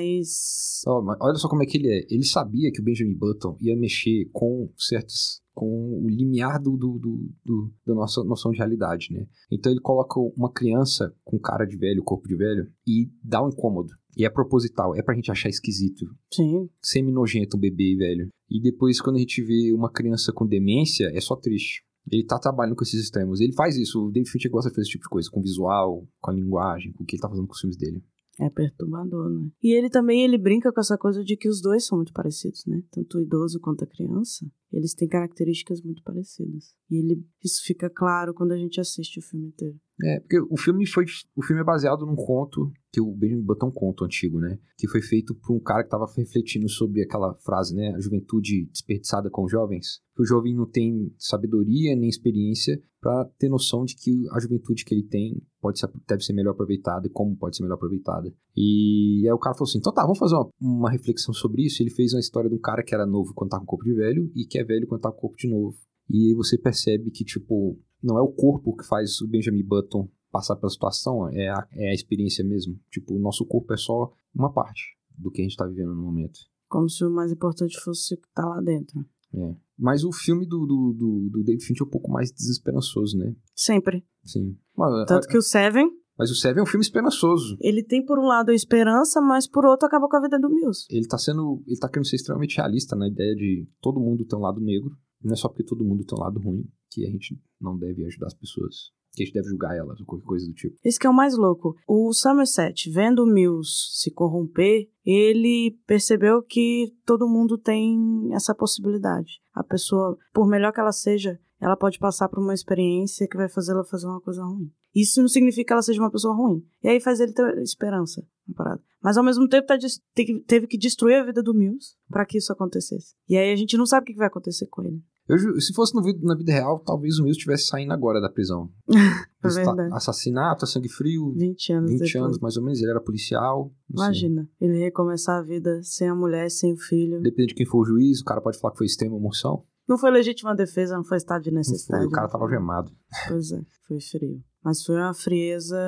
Speaker 1: mas
Speaker 2: Ó, mas olha só como é que ele é. Ele sabia que o Benjamin Button ia mexer com certos. com o limiar do, do, do- do- da nossa noção de realidade, né? Então ele coloca uma criança com cara de velho, corpo de velho, e dá um incômodo. E é proposital, é pra gente achar esquisito,
Speaker 1: sim,
Speaker 2: semi-nojento um bebê velho. E depois, quando a gente vê uma criança com demência, é só triste. Ele tá trabalhando com esses extremos. Ele faz isso, o David Fincher gosta de fazer esse tipo de coisa, com visual, com a linguagem, com o que ele tá fazendo com os filmes dele.
Speaker 1: É perturbador, né? E ele também ele brinca com essa coisa de que os dois são muito parecidos, né? Tanto o idoso quanto a criança, eles têm características muito parecidas. E ele isso fica claro quando a gente assiste o filme inteiro.
Speaker 2: É, porque o filme foi. O filme é baseado num conto, que o Benjamin Button é um conto antigo, né? Que foi feito por um cara que tava refletindo sobre aquela frase, né? A juventude desperdiçada com os jovens. Que o jovem não tem sabedoria nem experiência pra ter noção de que a juventude que ele tem pode ser, deve ser melhor aproveitada e como pode ser melhor aproveitada. E aí o cara falou assim: então tá, vamos fazer uma, uma reflexão sobre isso. Ele fez uma história de um cara que era novo quando tá com o corpo de velho e que é velho quando tá com o corpo de novo. E aí você percebe que, tipo, não é o corpo que faz o Benjamin Button passar pela situação, é a, é a experiência mesmo. Tipo, o nosso corpo é só uma parte do que a gente tá vivendo no momento.
Speaker 1: Como se o mais importante fosse o que tá lá dentro.
Speaker 2: É. Mas o filme do, do, do, do David Fincher é um pouco mais desesperançoso, né?
Speaker 1: Sempre.
Speaker 2: Sim. Mas, é,
Speaker 1: Tanto que o Seven,
Speaker 2: mas o Seven é um filme esperançoso.
Speaker 1: ele tem por um lado a esperança, mas por outro acaba com a vida do Mills.
Speaker 2: Ele tá sendo. Ele tá querendo ser extremamente realista na ideia de todo mundo tem um lado negro. Não é só porque todo mundo tem um lado ruim que a gente não deve ajudar as pessoas. Que a gente deve julgar elas ou qualquer coisa do tipo.
Speaker 1: Esse que é o mais louco. O Somerset, vendo o Mills se corromper, ele percebeu que todo mundo tem essa possibilidade. A pessoa, por melhor que ela seja, ela pode passar por uma experiência que vai fazer ela fazer uma coisa ruim. Isso não significa que ela seja uma pessoa ruim. E aí faz ele ter esperança na parada. Mas ao mesmo tempo tá des- te- teve que destruir a vida do Mills para que isso acontecesse. E aí a gente não sabe o que que vai acontecer com ele.
Speaker 2: Eu ju- se fosse no vi- na vida real, talvez o Mills estivesse saindo agora da prisão.
Speaker 1: É
Speaker 2: Esta-
Speaker 1: verdade.
Speaker 2: assassinato, é sangue frio,
Speaker 1: 20 anos
Speaker 2: 20
Speaker 1: depois.
Speaker 2: anos mais ou menos, ele era policial. não sei.
Speaker 1: Imagina, ele recomeçar a vida sem a mulher, sem o filho.
Speaker 2: Depende de quem for o juiz, o cara pode falar que foi extrema emoção.
Speaker 1: Não foi legítima defesa, não foi estado de
Speaker 2: Não
Speaker 1: necessidade.
Speaker 2: foi, o cara tava gemado.
Speaker 1: Pois é, foi frio. Mas foi uma frieza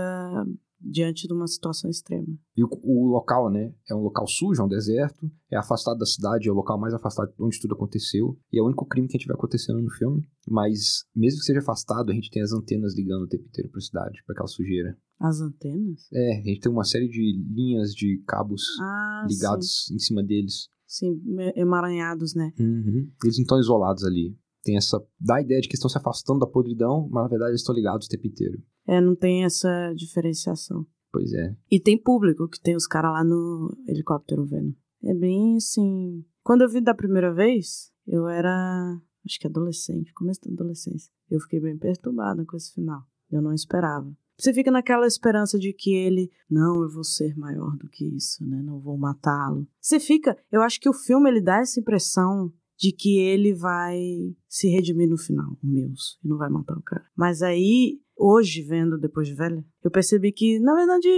Speaker 1: diante de uma situação extrema.
Speaker 2: E o, o local, né? É um local sujo, é um deserto, é afastado da cidade, é o local mais afastado onde tudo aconteceu. E é o único crime que a gente vê acontecendo no filme. Mas, mesmo que seja afastado, a gente tem as antenas ligando o tempo inteiro pra cidade, pra aquela sujeira.
Speaker 1: As antenas?
Speaker 2: É, a gente tem uma série de linhas de cabos
Speaker 1: Ah,
Speaker 2: ligados em cima deles.
Speaker 1: sim. Sim, me- emaranhados, né?
Speaker 2: Uhum. Eles não estão isolados ali. Tem essa. dá a ideia de que estão se afastando da podridão, mas na verdade eles estão ligados o tempo inteiro.
Speaker 1: É, não tem essa diferenciação.
Speaker 2: Pois é.
Speaker 1: E tem público que tem os caras lá no helicóptero vendo. É bem assim. Quando eu vi da primeira vez, eu era. Acho que adolescente, começo da adolescência. Eu fiquei bem perturbada com esse final. Eu não esperava. Você fica naquela esperança de que ele. Não, eu vou ser maior do que isso, né? Não vou matá-lo. Você fica. Eu acho que o filme ele dá essa impressão de que ele vai se redimir no final, o Mills, e não vai matar o cara. Mas aí, hoje, vendo depois de velha, eu percebi que, na verdade,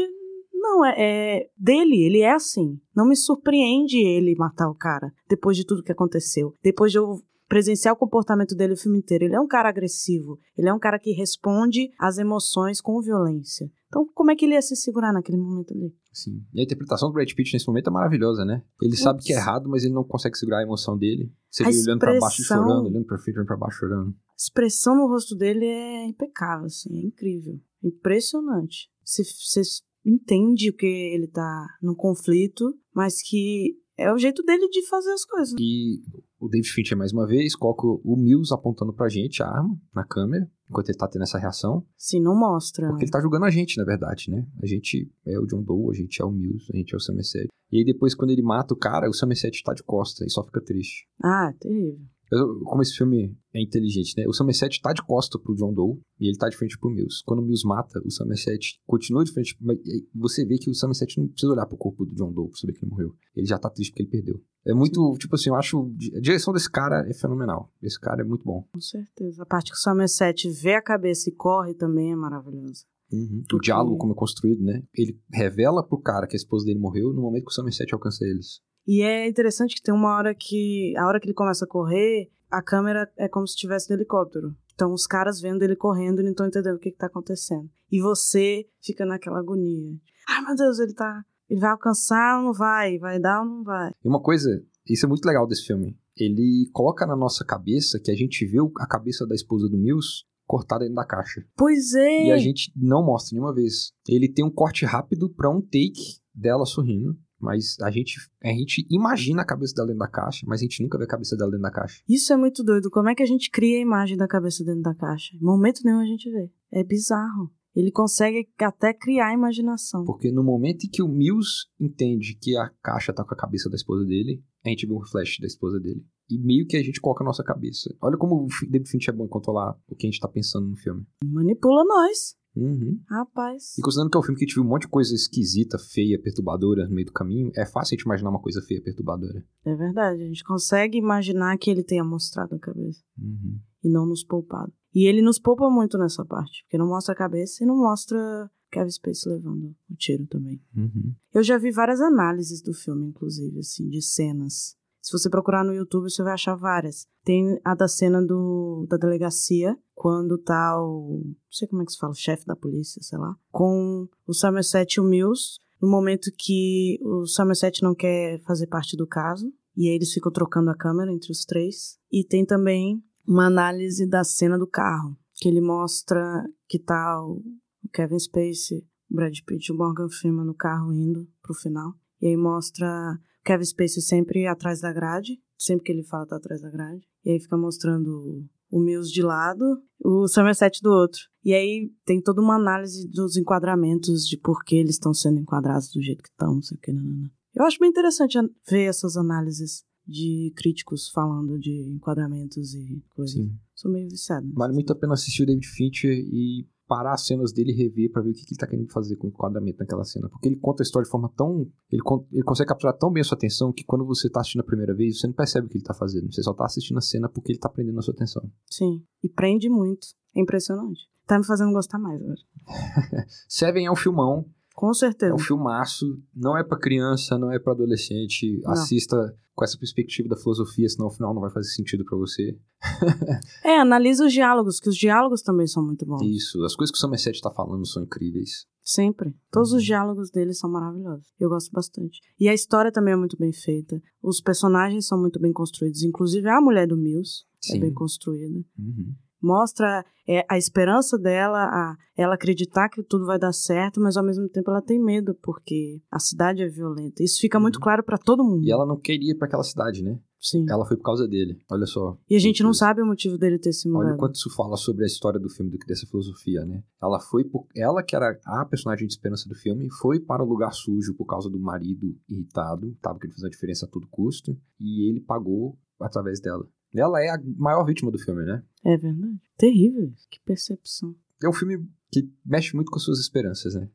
Speaker 1: não, é, é dele, ele é assim. Não me surpreende ele matar o cara depois de tudo que aconteceu. Depois de eu presenciar o comportamento dele o filme inteiro. Ele é um cara agressivo, ele é um cara que responde às emoções com violência. Então, como é que ele ia se segurar naquele momento ali?
Speaker 2: Sim. E a interpretação do Brad Pitt nesse momento é maravilhosa, né? Ele sabe que é errado, mas ele não consegue segurar a emoção dele. Você
Speaker 1: A
Speaker 2: vê olhando pra baixo e
Speaker 1: expressão-
Speaker 2: chorando, olhando pra frente, olhando pra baixo chorando.
Speaker 1: A expressão no rosto dele é impecável, assim, é incrível. Impressionante. Você- Você entende o que ele tá num conflito, mas que é o jeito dele de fazer as coisas.
Speaker 2: E o David Fincher mais uma vez coloca o Mills apontando pra gente a arma na câmera, enquanto ele tá tendo essa reação.
Speaker 1: Se não mostra.
Speaker 2: Porque ele tá julgando a gente, na verdade, né? A gente é o John Doe, a gente é o Mills, a gente é o Somerset. E aí depois, quando ele mata o cara, o Somerset tá de costa e só fica triste.
Speaker 1: Ah, terrível.
Speaker 2: Eu- como esse filme é inteligente, né? O Somerset tá de costa pro John Doe e ele tá de frente pro Mills. Quando o Mills mata, o Somerset continua de frente. Mas e você vê que o Somerset não precisa olhar pro corpo do John Doe pra saber que ele morreu. Ele já tá triste porque ele perdeu. É muito, tipo assim, eu acho. A direção desse cara é fenomenal. Esse cara é muito bom.
Speaker 1: Com certeza. A parte que o Somerset vê a cabeça e corre também é maravilhosa.
Speaker 2: O
Speaker 1: Porque-
Speaker 2: diálogo, como é construído, né? Ele revela pro cara que a esposa dele morreu no momento que o Somerset alcança eles.
Speaker 1: E é interessante que tem uma hora que. A hora que ele começa a correr, a câmera é como se estivesse no helicóptero. Então os caras vendo ele correndo e não estão entendendo o que, que tá acontecendo. E você fica naquela agonia. Ai meu Deus, ele tá. Ele vai alcançar ou não vai? Vai dar ou não vai?
Speaker 2: E uma coisa, isso é muito legal desse filme. Ele coloca na nossa cabeça que a gente viu a cabeça da esposa do Mills cortada dentro da caixa.
Speaker 1: Pois é!
Speaker 2: E a gente não mostra nenhuma vez. Ele tem um corte rápido pra um take dela sorrindo. Mas a gente, a gente imagina a cabeça dela dentro da caixa, mas a gente nunca vê a cabeça dela dentro da caixa.
Speaker 1: Isso é muito doido. Como é que a gente cria a imagem da cabeça dentro da caixa? Em momento nenhum a gente vê. É bizarro. Ele consegue até criar a imaginação.
Speaker 2: Porque no momento em que o Mills entende que a caixa tá com a cabeça da esposa dele, a gente vê um flash da esposa dele. E meio que a gente coloca a nossa cabeça. Olha como o Fi- David Fincher é bom em controlar o que a gente tá pensando no filme.
Speaker 1: Manipula nós.
Speaker 2: Uhum.
Speaker 1: Rapaz.
Speaker 2: E considerando que é um filme que tive um monte de coisa esquisita, feia, perturbadora no meio do caminho, é fácil a gente imaginar uma coisa feia, perturbadora.
Speaker 1: É verdade. A gente consegue imaginar que ele tenha mostrado a cabeça
Speaker 2: Uhum.
Speaker 1: e não nos poupado. E ele nos poupa muito nessa parte, porque não mostra a cabeça e não mostra Kevin Space levando o tiro também.
Speaker 2: Uhum.
Speaker 1: Eu já vi várias análises do filme, inclusive, assim, de cenas. Se você procurar no YouTube, você vai achar várias. Tem a da cena do, da delegacia, quando tá o. Não sei como é que se fala, o chefe da polícia, sei lá. Com o Somerset e o Mills, no momento que o Somerset não quer fazer parte do caso. E aí eles ficam trocando a câmera entre os três. E tem também uma análise da cena do carro, que ele mostra que tá o o Kevin Spacey o Brad Pitt e o Morgan Freeman no carro indo pro final. E aí mostra o Kevin Spacey sempre atrás da grade. Sempre que ele fala, tá atrás da grade. E aí fica mostrando o Mills de lado, o Somerset do outro. E aí tem toda uma análise dos enquadramentos, de por que eles estão sendo enquadrados do jeito que estão, não sei o que, nanana. Eu acho bem interessante an- ver essas análises de críticos falando de enquadramentos e coisas.
Speaker 2: Sim.
Speaker 1: Sou meio viciada.
Speaker 2: Vale muito a pena assistir o David Fincher e parar as cenas dele e rever pra ver o que, que ele tá querendo fazer com o enquadramento naquela cena. Porque ele conta a história de forma tão. Ele, con- ele consegue capturar tão bem a sua atenção que quando você tá assistindo a primeira vez, você não percebe o que ele tá fazendo. Você só tá assistindo a cena porque ele tá prendendo a sua atenção.
Speaker 1: Sim. E prende muito. É impressionante. Tá me fazendo gostar mais agora.
Speaker 2: Seven é um filmão,
Speaker 1: Com
Speaker 2: é
Speaker 1: certeza.
Speaker 2: um filmaço, não é pra criança, não é pra adolescente.
Speaker 1: Não.
Speaker 2: Assista com essa perspectiva da filosofia, senão no final não vai fazer sentido pra você. um
Speaker 1: É, analisa os diálogos, que os diálogos também são muito bons.
Speaker 2: Isso, as coisas que o Somerset tá falando são incríveis.
Speaker 1: Sempre. Todos
Speaker 2: Uhum.
Speaker 1: os diálogos deles são maravilhosos. Eu gosto bastante. E a história também é muito bem feita. Os personagens são muito bem construídos. Inclusive a mulher do Mills é
Speaker 2: Sim.
Speaker 1: bem construída.
Speaker 2: Uhum.
Speaker 1: Mostra é, a esperança dela, a, ela acreditar que tudo vai dar certo, mas ao mesmo tempo ela tem medo, porque a cidade é violenta. Isso fica muito
Speaker 2: Uhum.
Speaker 1: claro pra todo mundo.
Speaker 2: E ela não queria ir pra aquela cidade, né?
Speaker 1: Sim.
Speaker 2: Ela foi por causa dele. Olha só.
Speaker 1: E a gente não
Speaker 2: Incrível.
Speaker 1: sabe o motivo dele ter se
Speaker 2: Olha o
Speaker 1: mudado.
Speaker 2: quanto isso fala sobre a história do filme, do que dessa filosofia, né? Ela foi por... Ela, que era a personagem de esperança do filme, foi para o lugar sujo por causa do marido irritado, tava querendo fazer uma diferença a todo custo, e ele pagou através dela. Ela é a maior vítima do filme, né?
Speaker 1: É verdade. Terrível. isso. Que percepção.
Speaker 2: É um filme que mexe muito com suas esperanças, né?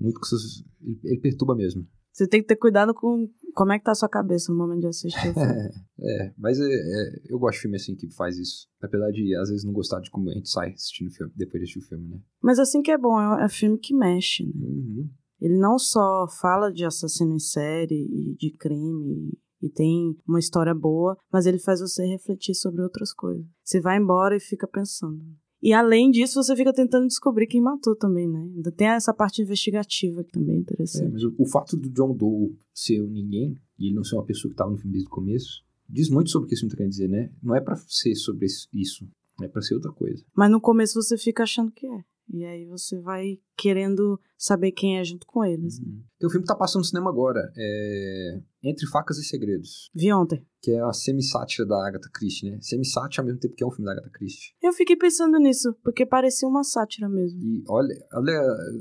Speaker 2: Muito com suas... Ele, ele perturba mesmo.
Speaker 1: Você tem que ter cuidado com como é que tá a sua cabeça no momento de assistir o filme.
Speaker 2: É, mas é- é, eu gosto de filme assim que faz isso. Apesar de, às vezes, não gostar de como a gente sai assistindo filme, depois de assistir o filme, né?
Speaker 1: Mas assim que é bom, é um- é um filme que mexe, né?
Speaker 2: Uhum.
Speaker 1: Ele não só fala de assassino em série e de crime e tem uma história boa, mas ele faz você refletir sobre outras coisas. Você vai embora e fica pensando. E além disso, você fica tentando descobrir quem matou também, né? Ainda tem essa parte investigativa que também é
Speaker 2: É,
Speaker 1: interessante.
Speaker 2: mas o, o fato do John Doe ser um ninguém e ele não ser uma pessoa que estava no filme desde o começo diz muito sobre o que esse filme tá querendo dizer, né? Não é pra ser sobre esse- isso, é pra ser outra coisa.
Speaker 1: Mas no começo você fica achando que é. E aí você vai querendo saber quem é junto com eles.
Speaker 2: Uhum. Tem um filme que tá passando no cinema agora, é Entre Facas e Segredos,
Speaker 1: Vi ontem.
Speaker 2: que é a semissátira da Agatha Christie, né? Semissátira ao mesmo tempo que é um filme da Agatha Christie.
Speaker 1: Eu fiquei pensando nisso, porque parecia uma sátira mesmo.
Speaker 2: E olha, olha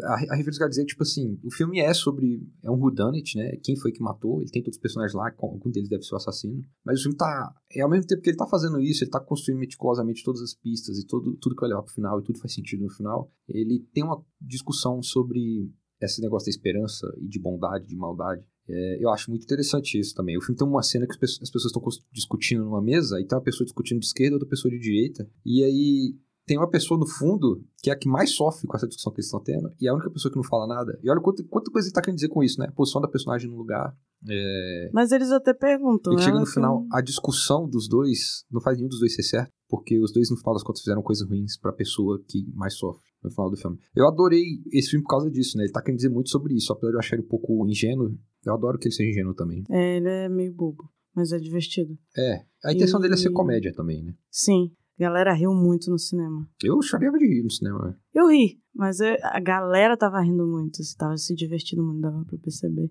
Speaker 2: a, a Rivers Gazette, tipo assim, o filme é sobre. É um whodunit, né? Quem foi que matou? Ele tem todos os personagens lá, com- algum deles deve ser o assassino. Mas o filme tá. É ao mesmo tempo que ele tá fazendo isso, ele tá construindo meticulosamente todas as pistas e todo, tudo que vai levar pro final e tudo faz sentido no final. Ele tem uma discussão sobre esse negócio da esperança e de bondade, de maldade. É, eu acho muito interessante isso também. O filme tem uma cena que as pessoas as pessoas estão cons- discutindo numa mesa, e tem uma pessoa discutindo de esquerda, outra pessoa de direita, e aí tem uma pessoa no fundo que é a que mais sofre com essa discussão que eles estão tendo, e é a única pessoa que não fala nada. E olha quanta, quanta coisa ele tá querendo dizer com isso, né? A posição da personagem no lugar. É...
Speaker 1: Mas eles até perguntam.
Speaker 2: E chega
Speaker 1: ela
Speaker 2: no
Speaker 1: que-
Speaker 2: final, a discussão dos dois não faz nenhum dos dois ser certo, porque os dois, no final das contas, fizeram coisas ruins pra pessoa que mais sofre no final do filme. Eu adorei esse filme por causa disso, né? Ele tá querendo dizer muito sobre isso, apesar de eu achar ele um pouco ingênuo. Eu adoro que ele seja ingênuo também.
Speaker 1: É, ele é meio bobo, mas é divertido.
Speaker 2: É. A intenção dele é ser
Speaker 1: E-
Speaker 2: comédia também, né?
Speaker 1: Sim, a galera riu muito no cinema.
Speaker 2: Eu chorava de rir no cinema. né?
Speaker 1: Eu ri, mas eu- a galera tava rindo muito, assim, tava se divertindo muito, dava pra perceber.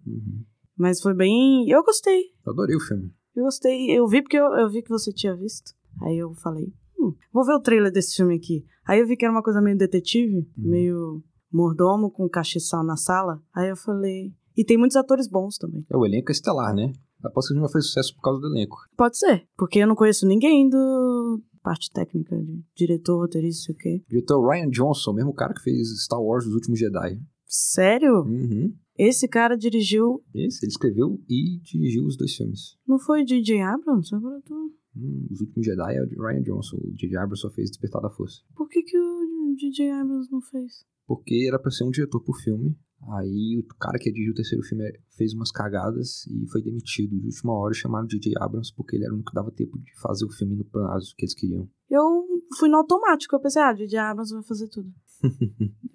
Speaker 1: Mas foi bem. Eu gostei.
Speaker 2: Uhum. Eu adorei o filme.
Speaker 1: Eu gostei. Eu vi porque eu, eu vi que você tinha visto. Aí eu falei, hum, vou ver o trailer desse filme aqui. Aí eu vi que era uma coisa meio detetive, meio mordomo com castiçal na sala. Aí eu falei. E tem muitos atores bons também.
Speaker 2: É, o elenco é estelar, né? Aposto que o filme fez sucesso por causa do elenco.
Speaker 1: Pode ser, porque eu não conheço ninguém do parte técnica, de diretor, roteirista, sei o quê.
Speaker 2: O diretor Ryan Johnson, mesmo cara que fez Star Wars Os Últimos Jedi.
Speaker 1: Sério?
Speaker 2: Uhum.
Speaker 1: Esse cara dirigiu.
Speaker 2: Esse, ele escreveu e dirigiu os dois filmes.
Speaker 1: Não foi J.J. Abrams? Agora eu tô.
Speaker 2: Hum, os Últimos Jedi é o de Ryan Johnson. O J.J. Abrams só fez Despertar da Força.
Speaker 1: Por que, que o J.J. Abrams não fez?
Speaker 2: Porque era pra ser um diretor por filme. Aí o cara que dirigiu o terceiro filme é, fez umas cagadas e foi demitido. De última hora chamaram o J.J. Abrams porque ele era o único que dava tempo de fazer o filme no prazo que eles queriam.
Speaker 1: Eu fui no automático, eu pensei, ah, J.J. Abrams vai fazer tudo.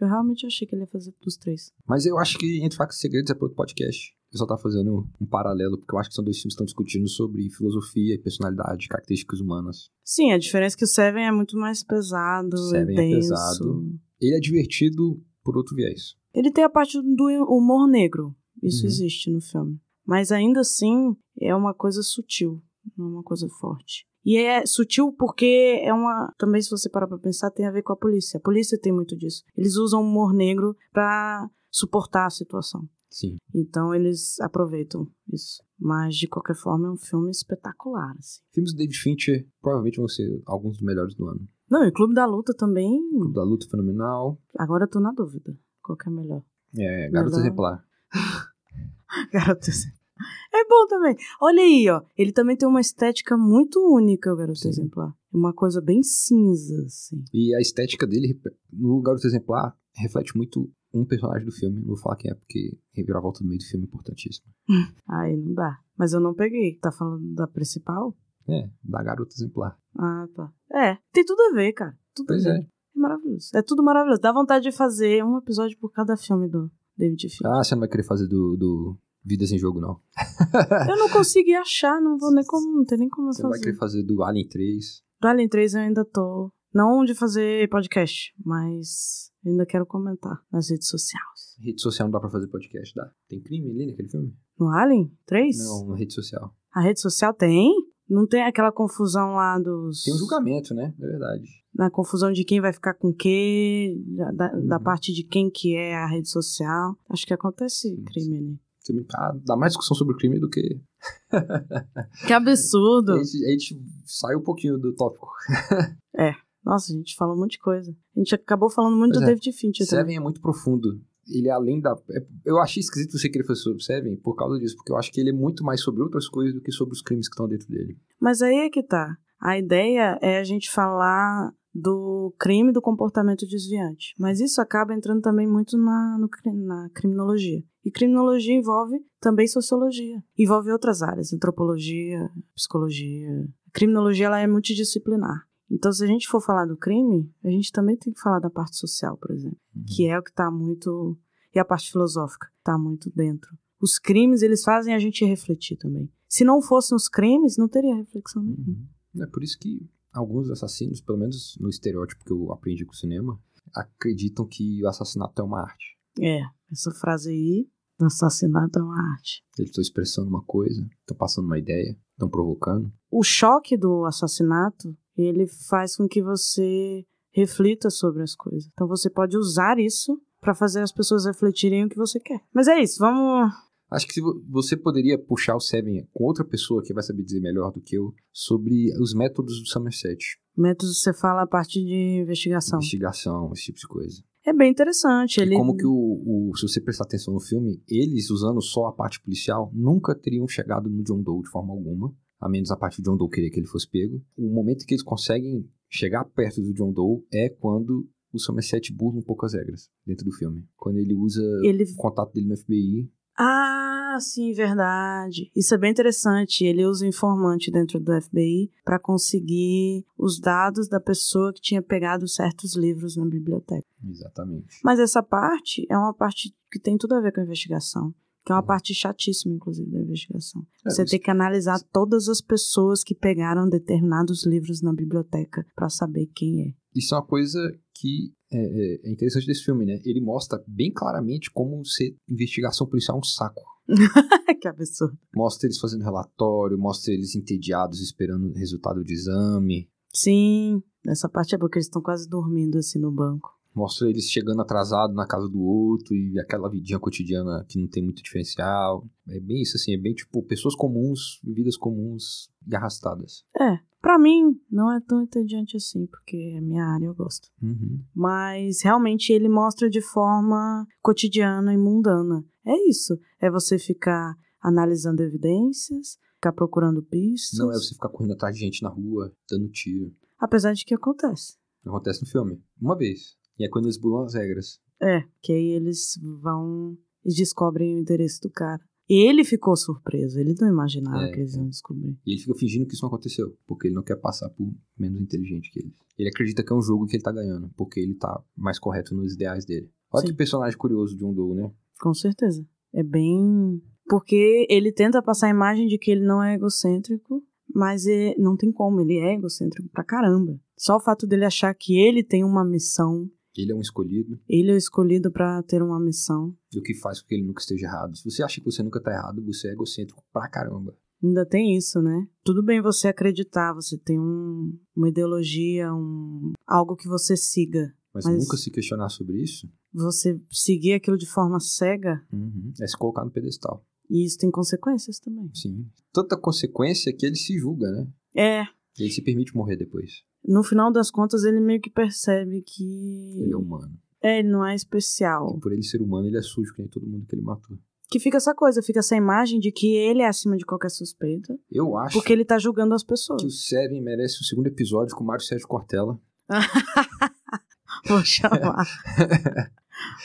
Speaker 1: eu realmente achei que ele ia fazer dos três.
Speaker 2: Mas eu acho que Entre Facas e Segredos é para outro podcast. Eu só tava fazendo um paralelo, porque eu acho que são dois filmes que estão discutindo sobre filosofia e personalidade, características humanas.
Speaker 1: Sim, a diferença é que o Seven é muito mais pesado,
Speaker 2: Seven
Speaker 1: é
Speaker 2: é
Speaker 1: denso.
Speaker 2: pesado. Ele é divertido por outro viés.
Speaker 1: Ele tem a parte do humor negro. Isso
Speaker 2: Uhum.
Speaker 1: existe no filme. Mas ainda assim, é uma coisa sutil, não é uma coisa forte. E é sutil porque é uma. Também, se você parar pra pensar, tem a ver com a polícia. A polícia tem muito disso. Eles usam o humor negro pra suportar a situação.
Speaker 2: Sim.
Speaker 1: Então, eles aproveitam isso. Mas, de qualquer forma, é um filme espetacular. assim.
Speaker 2: Filmes do David Fincher provavelmente vão ser alguns dos melhores do ano.
Speaker 1: Não, e o Clube da Luta também.
Speaker 2: O da Luta Fenomenal,
Speaker 1: Agora eu tô na dúvida. Qual que é melhor?
Speaker 2: é, Garota
Speaker 1: Melhor.
Speaker 2: Exemplar.
Speaker 1: Garoto Exemplar. É bom também. Olha aí, ó. Ele também tem uma estética muito única, o Garoto
Speaker 2: Sim.
Speaker 1: Exemplar. Uma coisa bem cinza, assim.
Speaker 2: E a estética dele rep- no Garota Exemplar reflete muito um personagem do filme. Não vou falar quem é, porque reviravolta no meio do filme é importantíssimo.
Speaker 1: Aí não dá. Mas eu não peguei. Tá falando da principal?
Speaker 2: É, da Garota Exemplar.
Speaker 1: Ah, tá. É. Tem tudo a ver, cara. Tudo
Speaker 2: Pois
Speaker 1: a
Speaker 2: é.
Speaker 1: ver. É maravilhoso. É tudo maravilhoso. Dá vontade de fazer um episódio por cada filme do David Fincher.
Speaker 2: Ah, você não vai querer fazer do, do Vidas em Jogo, não.
Speaker 1: Eu não consegui achar, não vou nem como, não tem nem como eu
Speaker 2: Você vai
Speaker 1: fazer.
Speaker 2: querer fazer do Alien 3.
Speaker 1: Do Alien 3 eu ainda tô. Não de fazer podcast, mas ainda quero comentar nas redes sociais.
Speaker 2: Rede social não dá pra fazer podcast, dá? Tem crime ali naquele filme?
Speaker 1: No Alien 3?
Speaker 2: Não, na rede social.
Speaker 1: A rede social tem? Não tem aquela confusão lá dos.
Speaker 2: Tem um julgamento, né? É verdade.
Speaker 1: Na confusão de quem vai ficar com o quê, da, da- da
Speaker 2: Uhum.
Speaker 1: parte de quem que é a rede social. Acho que acontece crime, né?
Speaker 2: Você me- ah, dá mais discussão sobre o crime do que.
Speaker 1: Que absurdo!
Speaker 2: A gente, a gente sai um pouquinho do tópico.
Speaker 1: Nossa, a gente fala um monte de coisa. A gente acabou falando muito
Speaker 2: Pois
Speaker 1: do
Speaker 2: é.
Speaker 1: David Fincher também.
Speaker 2: Seven é muito profundo. Ele é além da. é- Eu achei esquisito você querer fazer sobre Seven por causa disso, porque eu acho que ele é muito mais sobre outras coisas do que sobre os crimes que estão dentro dele.
Speaker 1: Mas aí é que tá. A ideia é a gente falar do crime do comportamento desviante. Mas isso acaba entrando também muito na, no cri- na criminologia. E criminologia envolve também sociologia. Envolve outras áreas, antropologia, psicologia. A criminologia ela é multidisciplinar. Então, se a gente for falar do crime, a gente também tem que falar da parte social, por exemplo, que é o que está muito. e a parte filosófica, está muito dentro os crimes eles fazem a gente refletir também. Se não fossem os crimes, não teria reflexão nenhuma.
Speaker 2: É por isso que alguns assassinos, pelo menos no estereótipo que eu aprendi com o cinema, acreditam que o assassinato é uma arte.
Speaker 1: É, essa frase aí, assassinato é uma arte.
Speaker 2: Eles estão expressando uma coisa, estão passando uma ideia, estão provocando.
Speaker 1: O choque do assassinato, ele faz com que você reflita sobre as coisas. Então você pode usar isso para fazer as pessoas refletirem o que você quer. Mas é isso, vamos
Speaker 2: Acho que se vo- você poderia puxar o Seven com outra pessoa que vai saber dizer melhor do que eu sobre os métodos do Somerset.
Speaker 1: Métodos você fala a partir de investigação.
Speaker 2: Investigação, esse tipo de coisa.
Speaker 1: É bem interessante. Ele
Speaker 2: E como que o, o- Se você prestar atenção no filme, eles usando só a parte policial nunca teriam chegado no John Doe de forma alguma. A menos a parte do John Doe querer que ele fosse pego. O momento que eles conseguem chegar perto do John Doe é quando o Somerset burla um pouco as regras dentro do filme. Quando ele usa
Speaker 1: ele
Speaker 2: o contato dele no FBI
Speaker 1: Ah, sim, verdade. Isso é bem interessante. Ele usa o informante dentro do FBI para conseguir os dados da pessoa que tinha pegado certos livros na biblioteca.
Speaker 2: Exatamente.
Speaker 1: Mas essa parte é uma parte que tem tudo a ver com a investigação. Que é uma
Speaker 2: Uhum.
Speaker 1: parte chatíssima, inclusive, da investigação.
Speaker 2: É,
Speaker 1: Você
Speaker 2: isso-
Speaker 1: tem que analisar todas as pessoas que pegaram determinados livros na biblioteca para saber quem é.
Speaker 2: isso é uma coisa que é, é- é interessante desse filme, né? Ele mostra bem claramente como ser investigação policial é um saco.
Speaker 1: é. que absurdo.
Speaker 2: Mostra eles fazendo relatório, mostra eles entediados esperando o resultado de exame,
Speaker 1: Sim, essa parte é boa, que eles estão quase dormindo assim no banco.
Speaker 2: mostra eles chegando atrasado na casa do outro e aquela vidinha cotidiana que não tem muito diferencial. É bem isso, assim, é bem tipo pessoas comuns, vidas comuns e arrastadas.
Speaker 1: É, pra mim não é tão entediante assim, porque é minha área eu gosto.
Speaker 2: Uhum.
Speaker 1: Mas realmente ele mostra de forma cotidiana e mundana. É isso. É você ficar analisando evidências, ficar procurando pistas.
Speaker 2: Não é você ficar correndo atrás de gente na rua, dando tiro.
Speaker 1: Apesar de que acontece.
Speaker 2: Acontece no filme. Uma vez. E é quando eles bulam as regras.
Speaker 1: É, que aí eles vão e descobrem o endereço do cara. E ele ficou surpreso, ele não imaginava
Speaker 2: É,
Speaker 1: que eles iam descobrir.
Speaker 2: E ele fica fingindo que isso não aconteceu, porque ele não quer passar por menos inteligente que ele. Ele acredita que é um jogo que ele tá ganhando, porque ele tá mais correto nos ideais dele. Olha
Speaker 1: Sim.
Speaker 2: que personagem curioso de um Doe, né?
Speaker 1: Com certeza. É bem. Porque ele tenta passar a imagem de que ele não é egocêntrico, mas é- não tem como, ele é egocêntrico pra caramba. Só o fato dele achar que ele tem uma missão,
Speaker 2: Ele é um escolhido,
Speaker 1: ele é o escolhido pra ter uma missão.
Speaker 2: e o que faz com que ele nunca esteja errado. Se você acha que você nunca tá errado, você é egocêntrico pra caramba.
Speaker 1: Ainda tem isso, né? Tudo bem você acreditar, você tem um- uma ideologia, um, algo que você siga.
Speaker 2: Mas,
Speaker 1: Mas-
Speaker 2: nunca se questionar sobre isso,
Speaker 1: Você seguir aquilo de forma cega,
Speaker 2: é se colocar no pedestal.
Speaker 1: e isso tem consequências também.
Speaker 2: Sim. Tanta consequência que ele se julga, né?
Speaker 1: É,
Speaker 2: Ele se permite morrer depois.
Speaker 1: no final das contas ele meio que percebe que.
Speaker 2: Ele é humano.
Speaker 1: É, ele não é especial.
Speaker 2: E por ele ser humano, ele é sujo, que nem todo mundo que ele matou.
Speaker 1: Que fica essa coisa, fica essa imagem de que ele é acima de qualquer suspeita,
Speaker 2: Eu acho
Speaker 1: porque ele tá julgando as
Speaker 2: que o
Speaker 1: pessoas.
Speaker 2: Seven merece o segundo episódio com o Mário Sérgio Cortella.
Speaker 1: Vou chamar.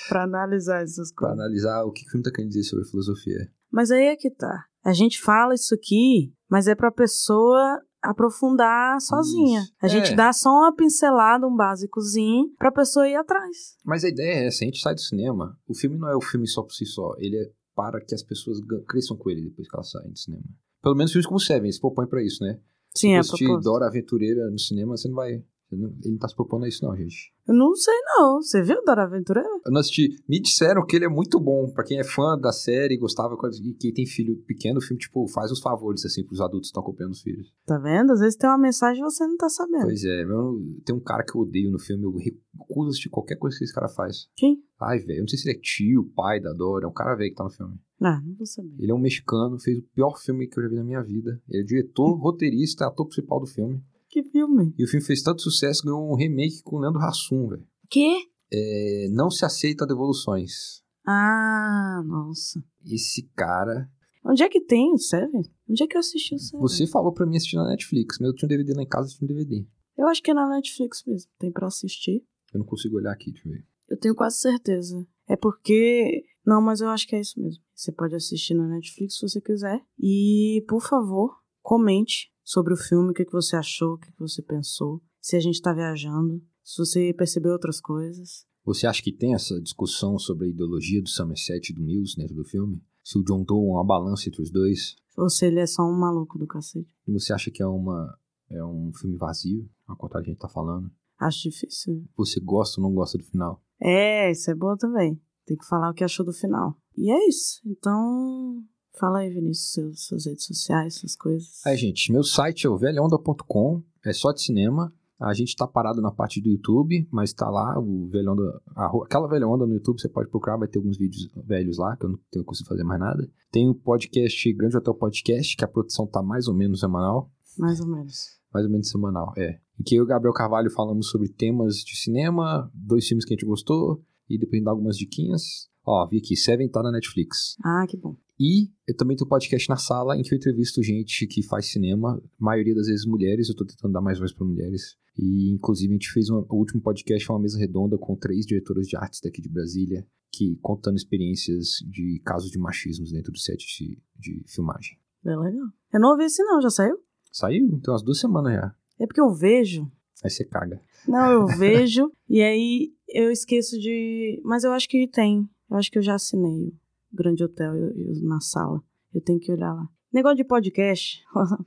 Speaker 1: pra analisar essas
Speaker 2: Pra
Speaker 1: coisas.
Speaker 2: analisar o que que o filme tá querendo dizer sobre filosofia.
Speaker 1: Mas aí é que tá. A gente fala isso aqui, mas é pra pessoa aprofundar sozinha.
Speaker 2: Isso.
Speaker 1: A gente
Speaker 2: É.
Speaker 1: dá só uma pincelada, um básicozinho, pra pessoa ir atrás.
Speaker 2: Mas a ideia é essa, a gente sai do cinema, o filme não é o filme só por si só, ele é para que as pessoas gan- cresçam com ele depois que elas saem do cinema. Pelo menos filmes como Seven, se propõe pra isso, né?
Speaker 1: Sim, é a
Speaker 2: se você
Speaker 1: proposta.
Speaker 2: Dora Aventureira no cinema, você não vai... você não- Ele não tá se propondo a isso não, gente.
Speaker 1: Eu não sei não. Você viu Dora Aventureira?
Speaker 2: Eu não assisti. Me disseram que ele é muito bom. Pra quem é fã da série e gostava, quando- e quem tem filho pequeno, o filme, tipo, faz uns favores, assim, pros adultos que estão acompanhando os filhos.
Speaker 1: Tá vendo? Às vezes tem uma mensagem e você não tá sabendo.
Speaker 2: Pois é, eu- tem um cara que eu odeio no filme, eu recuso assistir qualquer coisa que esse cara faz.
Speaker 1: Quem?
Speaker 2: Ai, velho, eu não sei se ele é tio, pai da Dora, é um cara velho que tá no filme.
Speaker 1: Ah, não vou saber.
Speaker 2: Ele é um mexicano, fez o pior filme que eu já vi na minha vida. Ele é diretor, roteirista, é ator principal do filme.
Speaker 1: Que filme?
Speaker 2: E o filme fez tanto sucesso que ganhou um remake com o Leandro Hassum, velho.
Speaker 1: Que?
Speaker 2: É, não se aceita devoluções.
Speaker 1: Ah, nossa.
Speaker 2: Esse cara.
Speaker 1: Onde é que tem o Seven? Onde é que eu assisti o Seven?
Speaker 2: Você falou pra mim assistir na Netflix, mas eu tinha um DVD lá em casa, eu tinha um DVD.
Speaker 1: Eu acho que é na Netflix mesmo. Tem pra assistir.
Speaker 2: Eu não consigo olhar aqui, deixa eu ver.
Speaker 1: Eu tenho quase certeza. É porque. Não, mas eu acho que é isso mesmo. Você pode assistir na Netflix se você quiser. E, por favor, comente sobre o filme, o que que você achou, o que que você pensou, se a gente tá viajando, se você percebeu outras coisas.
Speaker 2: Você acha que tem essa discussão sobre a ideologia do Somerset e do Mills dentro do filme? Se o John Doe é uma balança entre os dois?
Speaker 1: Ou se ele é só um maluco do cacete.
Speaker 2: E você acha que é uma é um filme vazio, a contar que a gente tá falando?
Speaker 1: Acho difícil.
Speaker 2: Você gosta ou não gosta do final?
Speaker 1: É, isso é bom também. Tem que falar o que achou do final. E é isso. Então, fala aí, Vinícius, seus, suas redes sociais, suas coisas.
Speaker 2: É, gente, meu site é o velhonda.com, é só de cinema. A gente tá parado na parte do YouTube, mas tá lá o Velho Onda, a ro- aquela Velho Onda no YouTube, você pode procurar, vai ter alguns vídeos velhos lá, que eu não tenho conseguido fazer mais nada. Tem o podcast Grande Hotel Podcast, que a produção tá mais ou menos semanal,
Speaker 1: Mais ou menos.
Speaker 2: mais ou menos semanal, é. Em que eu e o Gabriel Carvalho falamos sobre temas de cinema, dois filmes que a gente gostou, e depois dá algumas diquinhas. Ó, vi aqui, Seven tá na Netflix.
Speaker 1: Ah, que bom.
Speaker 2: E eu também tenho podcast na sala em que eu entrevisto gente que faz cinema, maioria das vezes mulheres, eu tô tentando dar mais voz para mulheres. E inclusive a gente fez uma- o último podcast foi uma mesa redonda com três diretoras de artes daqui de Brasília, que contando experiências de casos de machismos dentro do set de, de filmagem.
Speaker 1: Bem É legal. Eu não ouvi esse não, já saiu?
Speaker 2: Saiu, então umas duas semanas já.
Speaker 1: É porque eu vejo.
Speaker 2: Aí você caga.
Speaker 1: Não, eu vejo. e aí eu esqueço de. Mas eu acho que tem. Eu acho que eu já assinei o Grande Hotel eu- eu- na sala. Eu tenho que olhar lá. Negócio de podcast.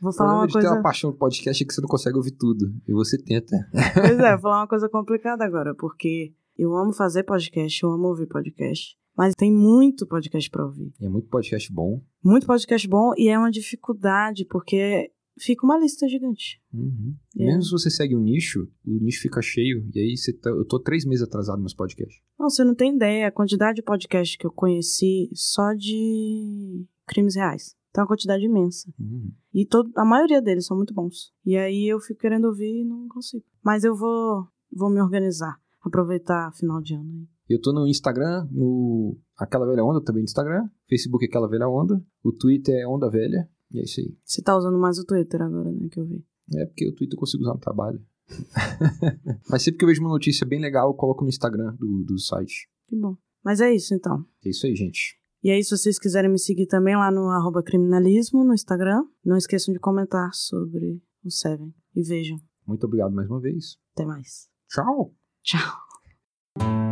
Speaker 1: Vou falar uma
Speaker 2: de ter
Speaker 1: coisa.
Speaker 2: uma paixão do podcast é que você não consegue ouvir tudo. E você tenta.
Speaker 1: Pois é, vou falar uma coisa complicada agora, porque eu amo fazer podcast, eu amo ouvir podcast, mas tem muito podcast pra ouvir.
Speaker 2: É muito podcast bom.
Speaker 1: Muito podcast bom e é uma dificuldade, porque fica uma lista gigante.
Speaker 2: Uhum.
Speaker 1: É.
Speaker 2: Mesmo se você segue um nicho, o nicho fica cheio. E aí você tá- eu tô três meses atrasado nos podcasts.
Speaker 1: Não, você não tem ideia a quantidade de podcast que eu conheci só de crimes reais. Então, é uma quantidade imensa.
Speaker 2: Uhum.
Speaker 1: E todo, a maioria deles são muito bons. E aí eu fico querendo ouvir e não consigo. Mas eu vou, vou me organizar, aproveitar final de ano. aí.
Speaker 2: Eu tô no Instagram, no Aquela Velha Onda, também no Instagram. Facebook é Aquela Velha Onda. O Twitter é Onda Velha. E é isso aí.
Speaker 1: Você tá usando mais o Twitter agora, né, que eu vi.
Speaker 2: É porque o Twitter eu consigo usar no trabalho. Mas sempre que eu vejo uma notícia bem legal, eu coloco no Instagram do, do site.
Speaker 1: Que bom. Mas é isso então.
Speaker 2: É isso aí, gente.
Speaker 1: E aí, se vocês quiserem me seguir também lá no arroba criminalismo no Instagram, não esqueçam de comentar sobre o Seven. E vejam.
Speaker 2: Muito obrigado mais uma vez.
Speaker 1: Até mais.
Speaker 2: Tchau!
Speaker 1: Tchau.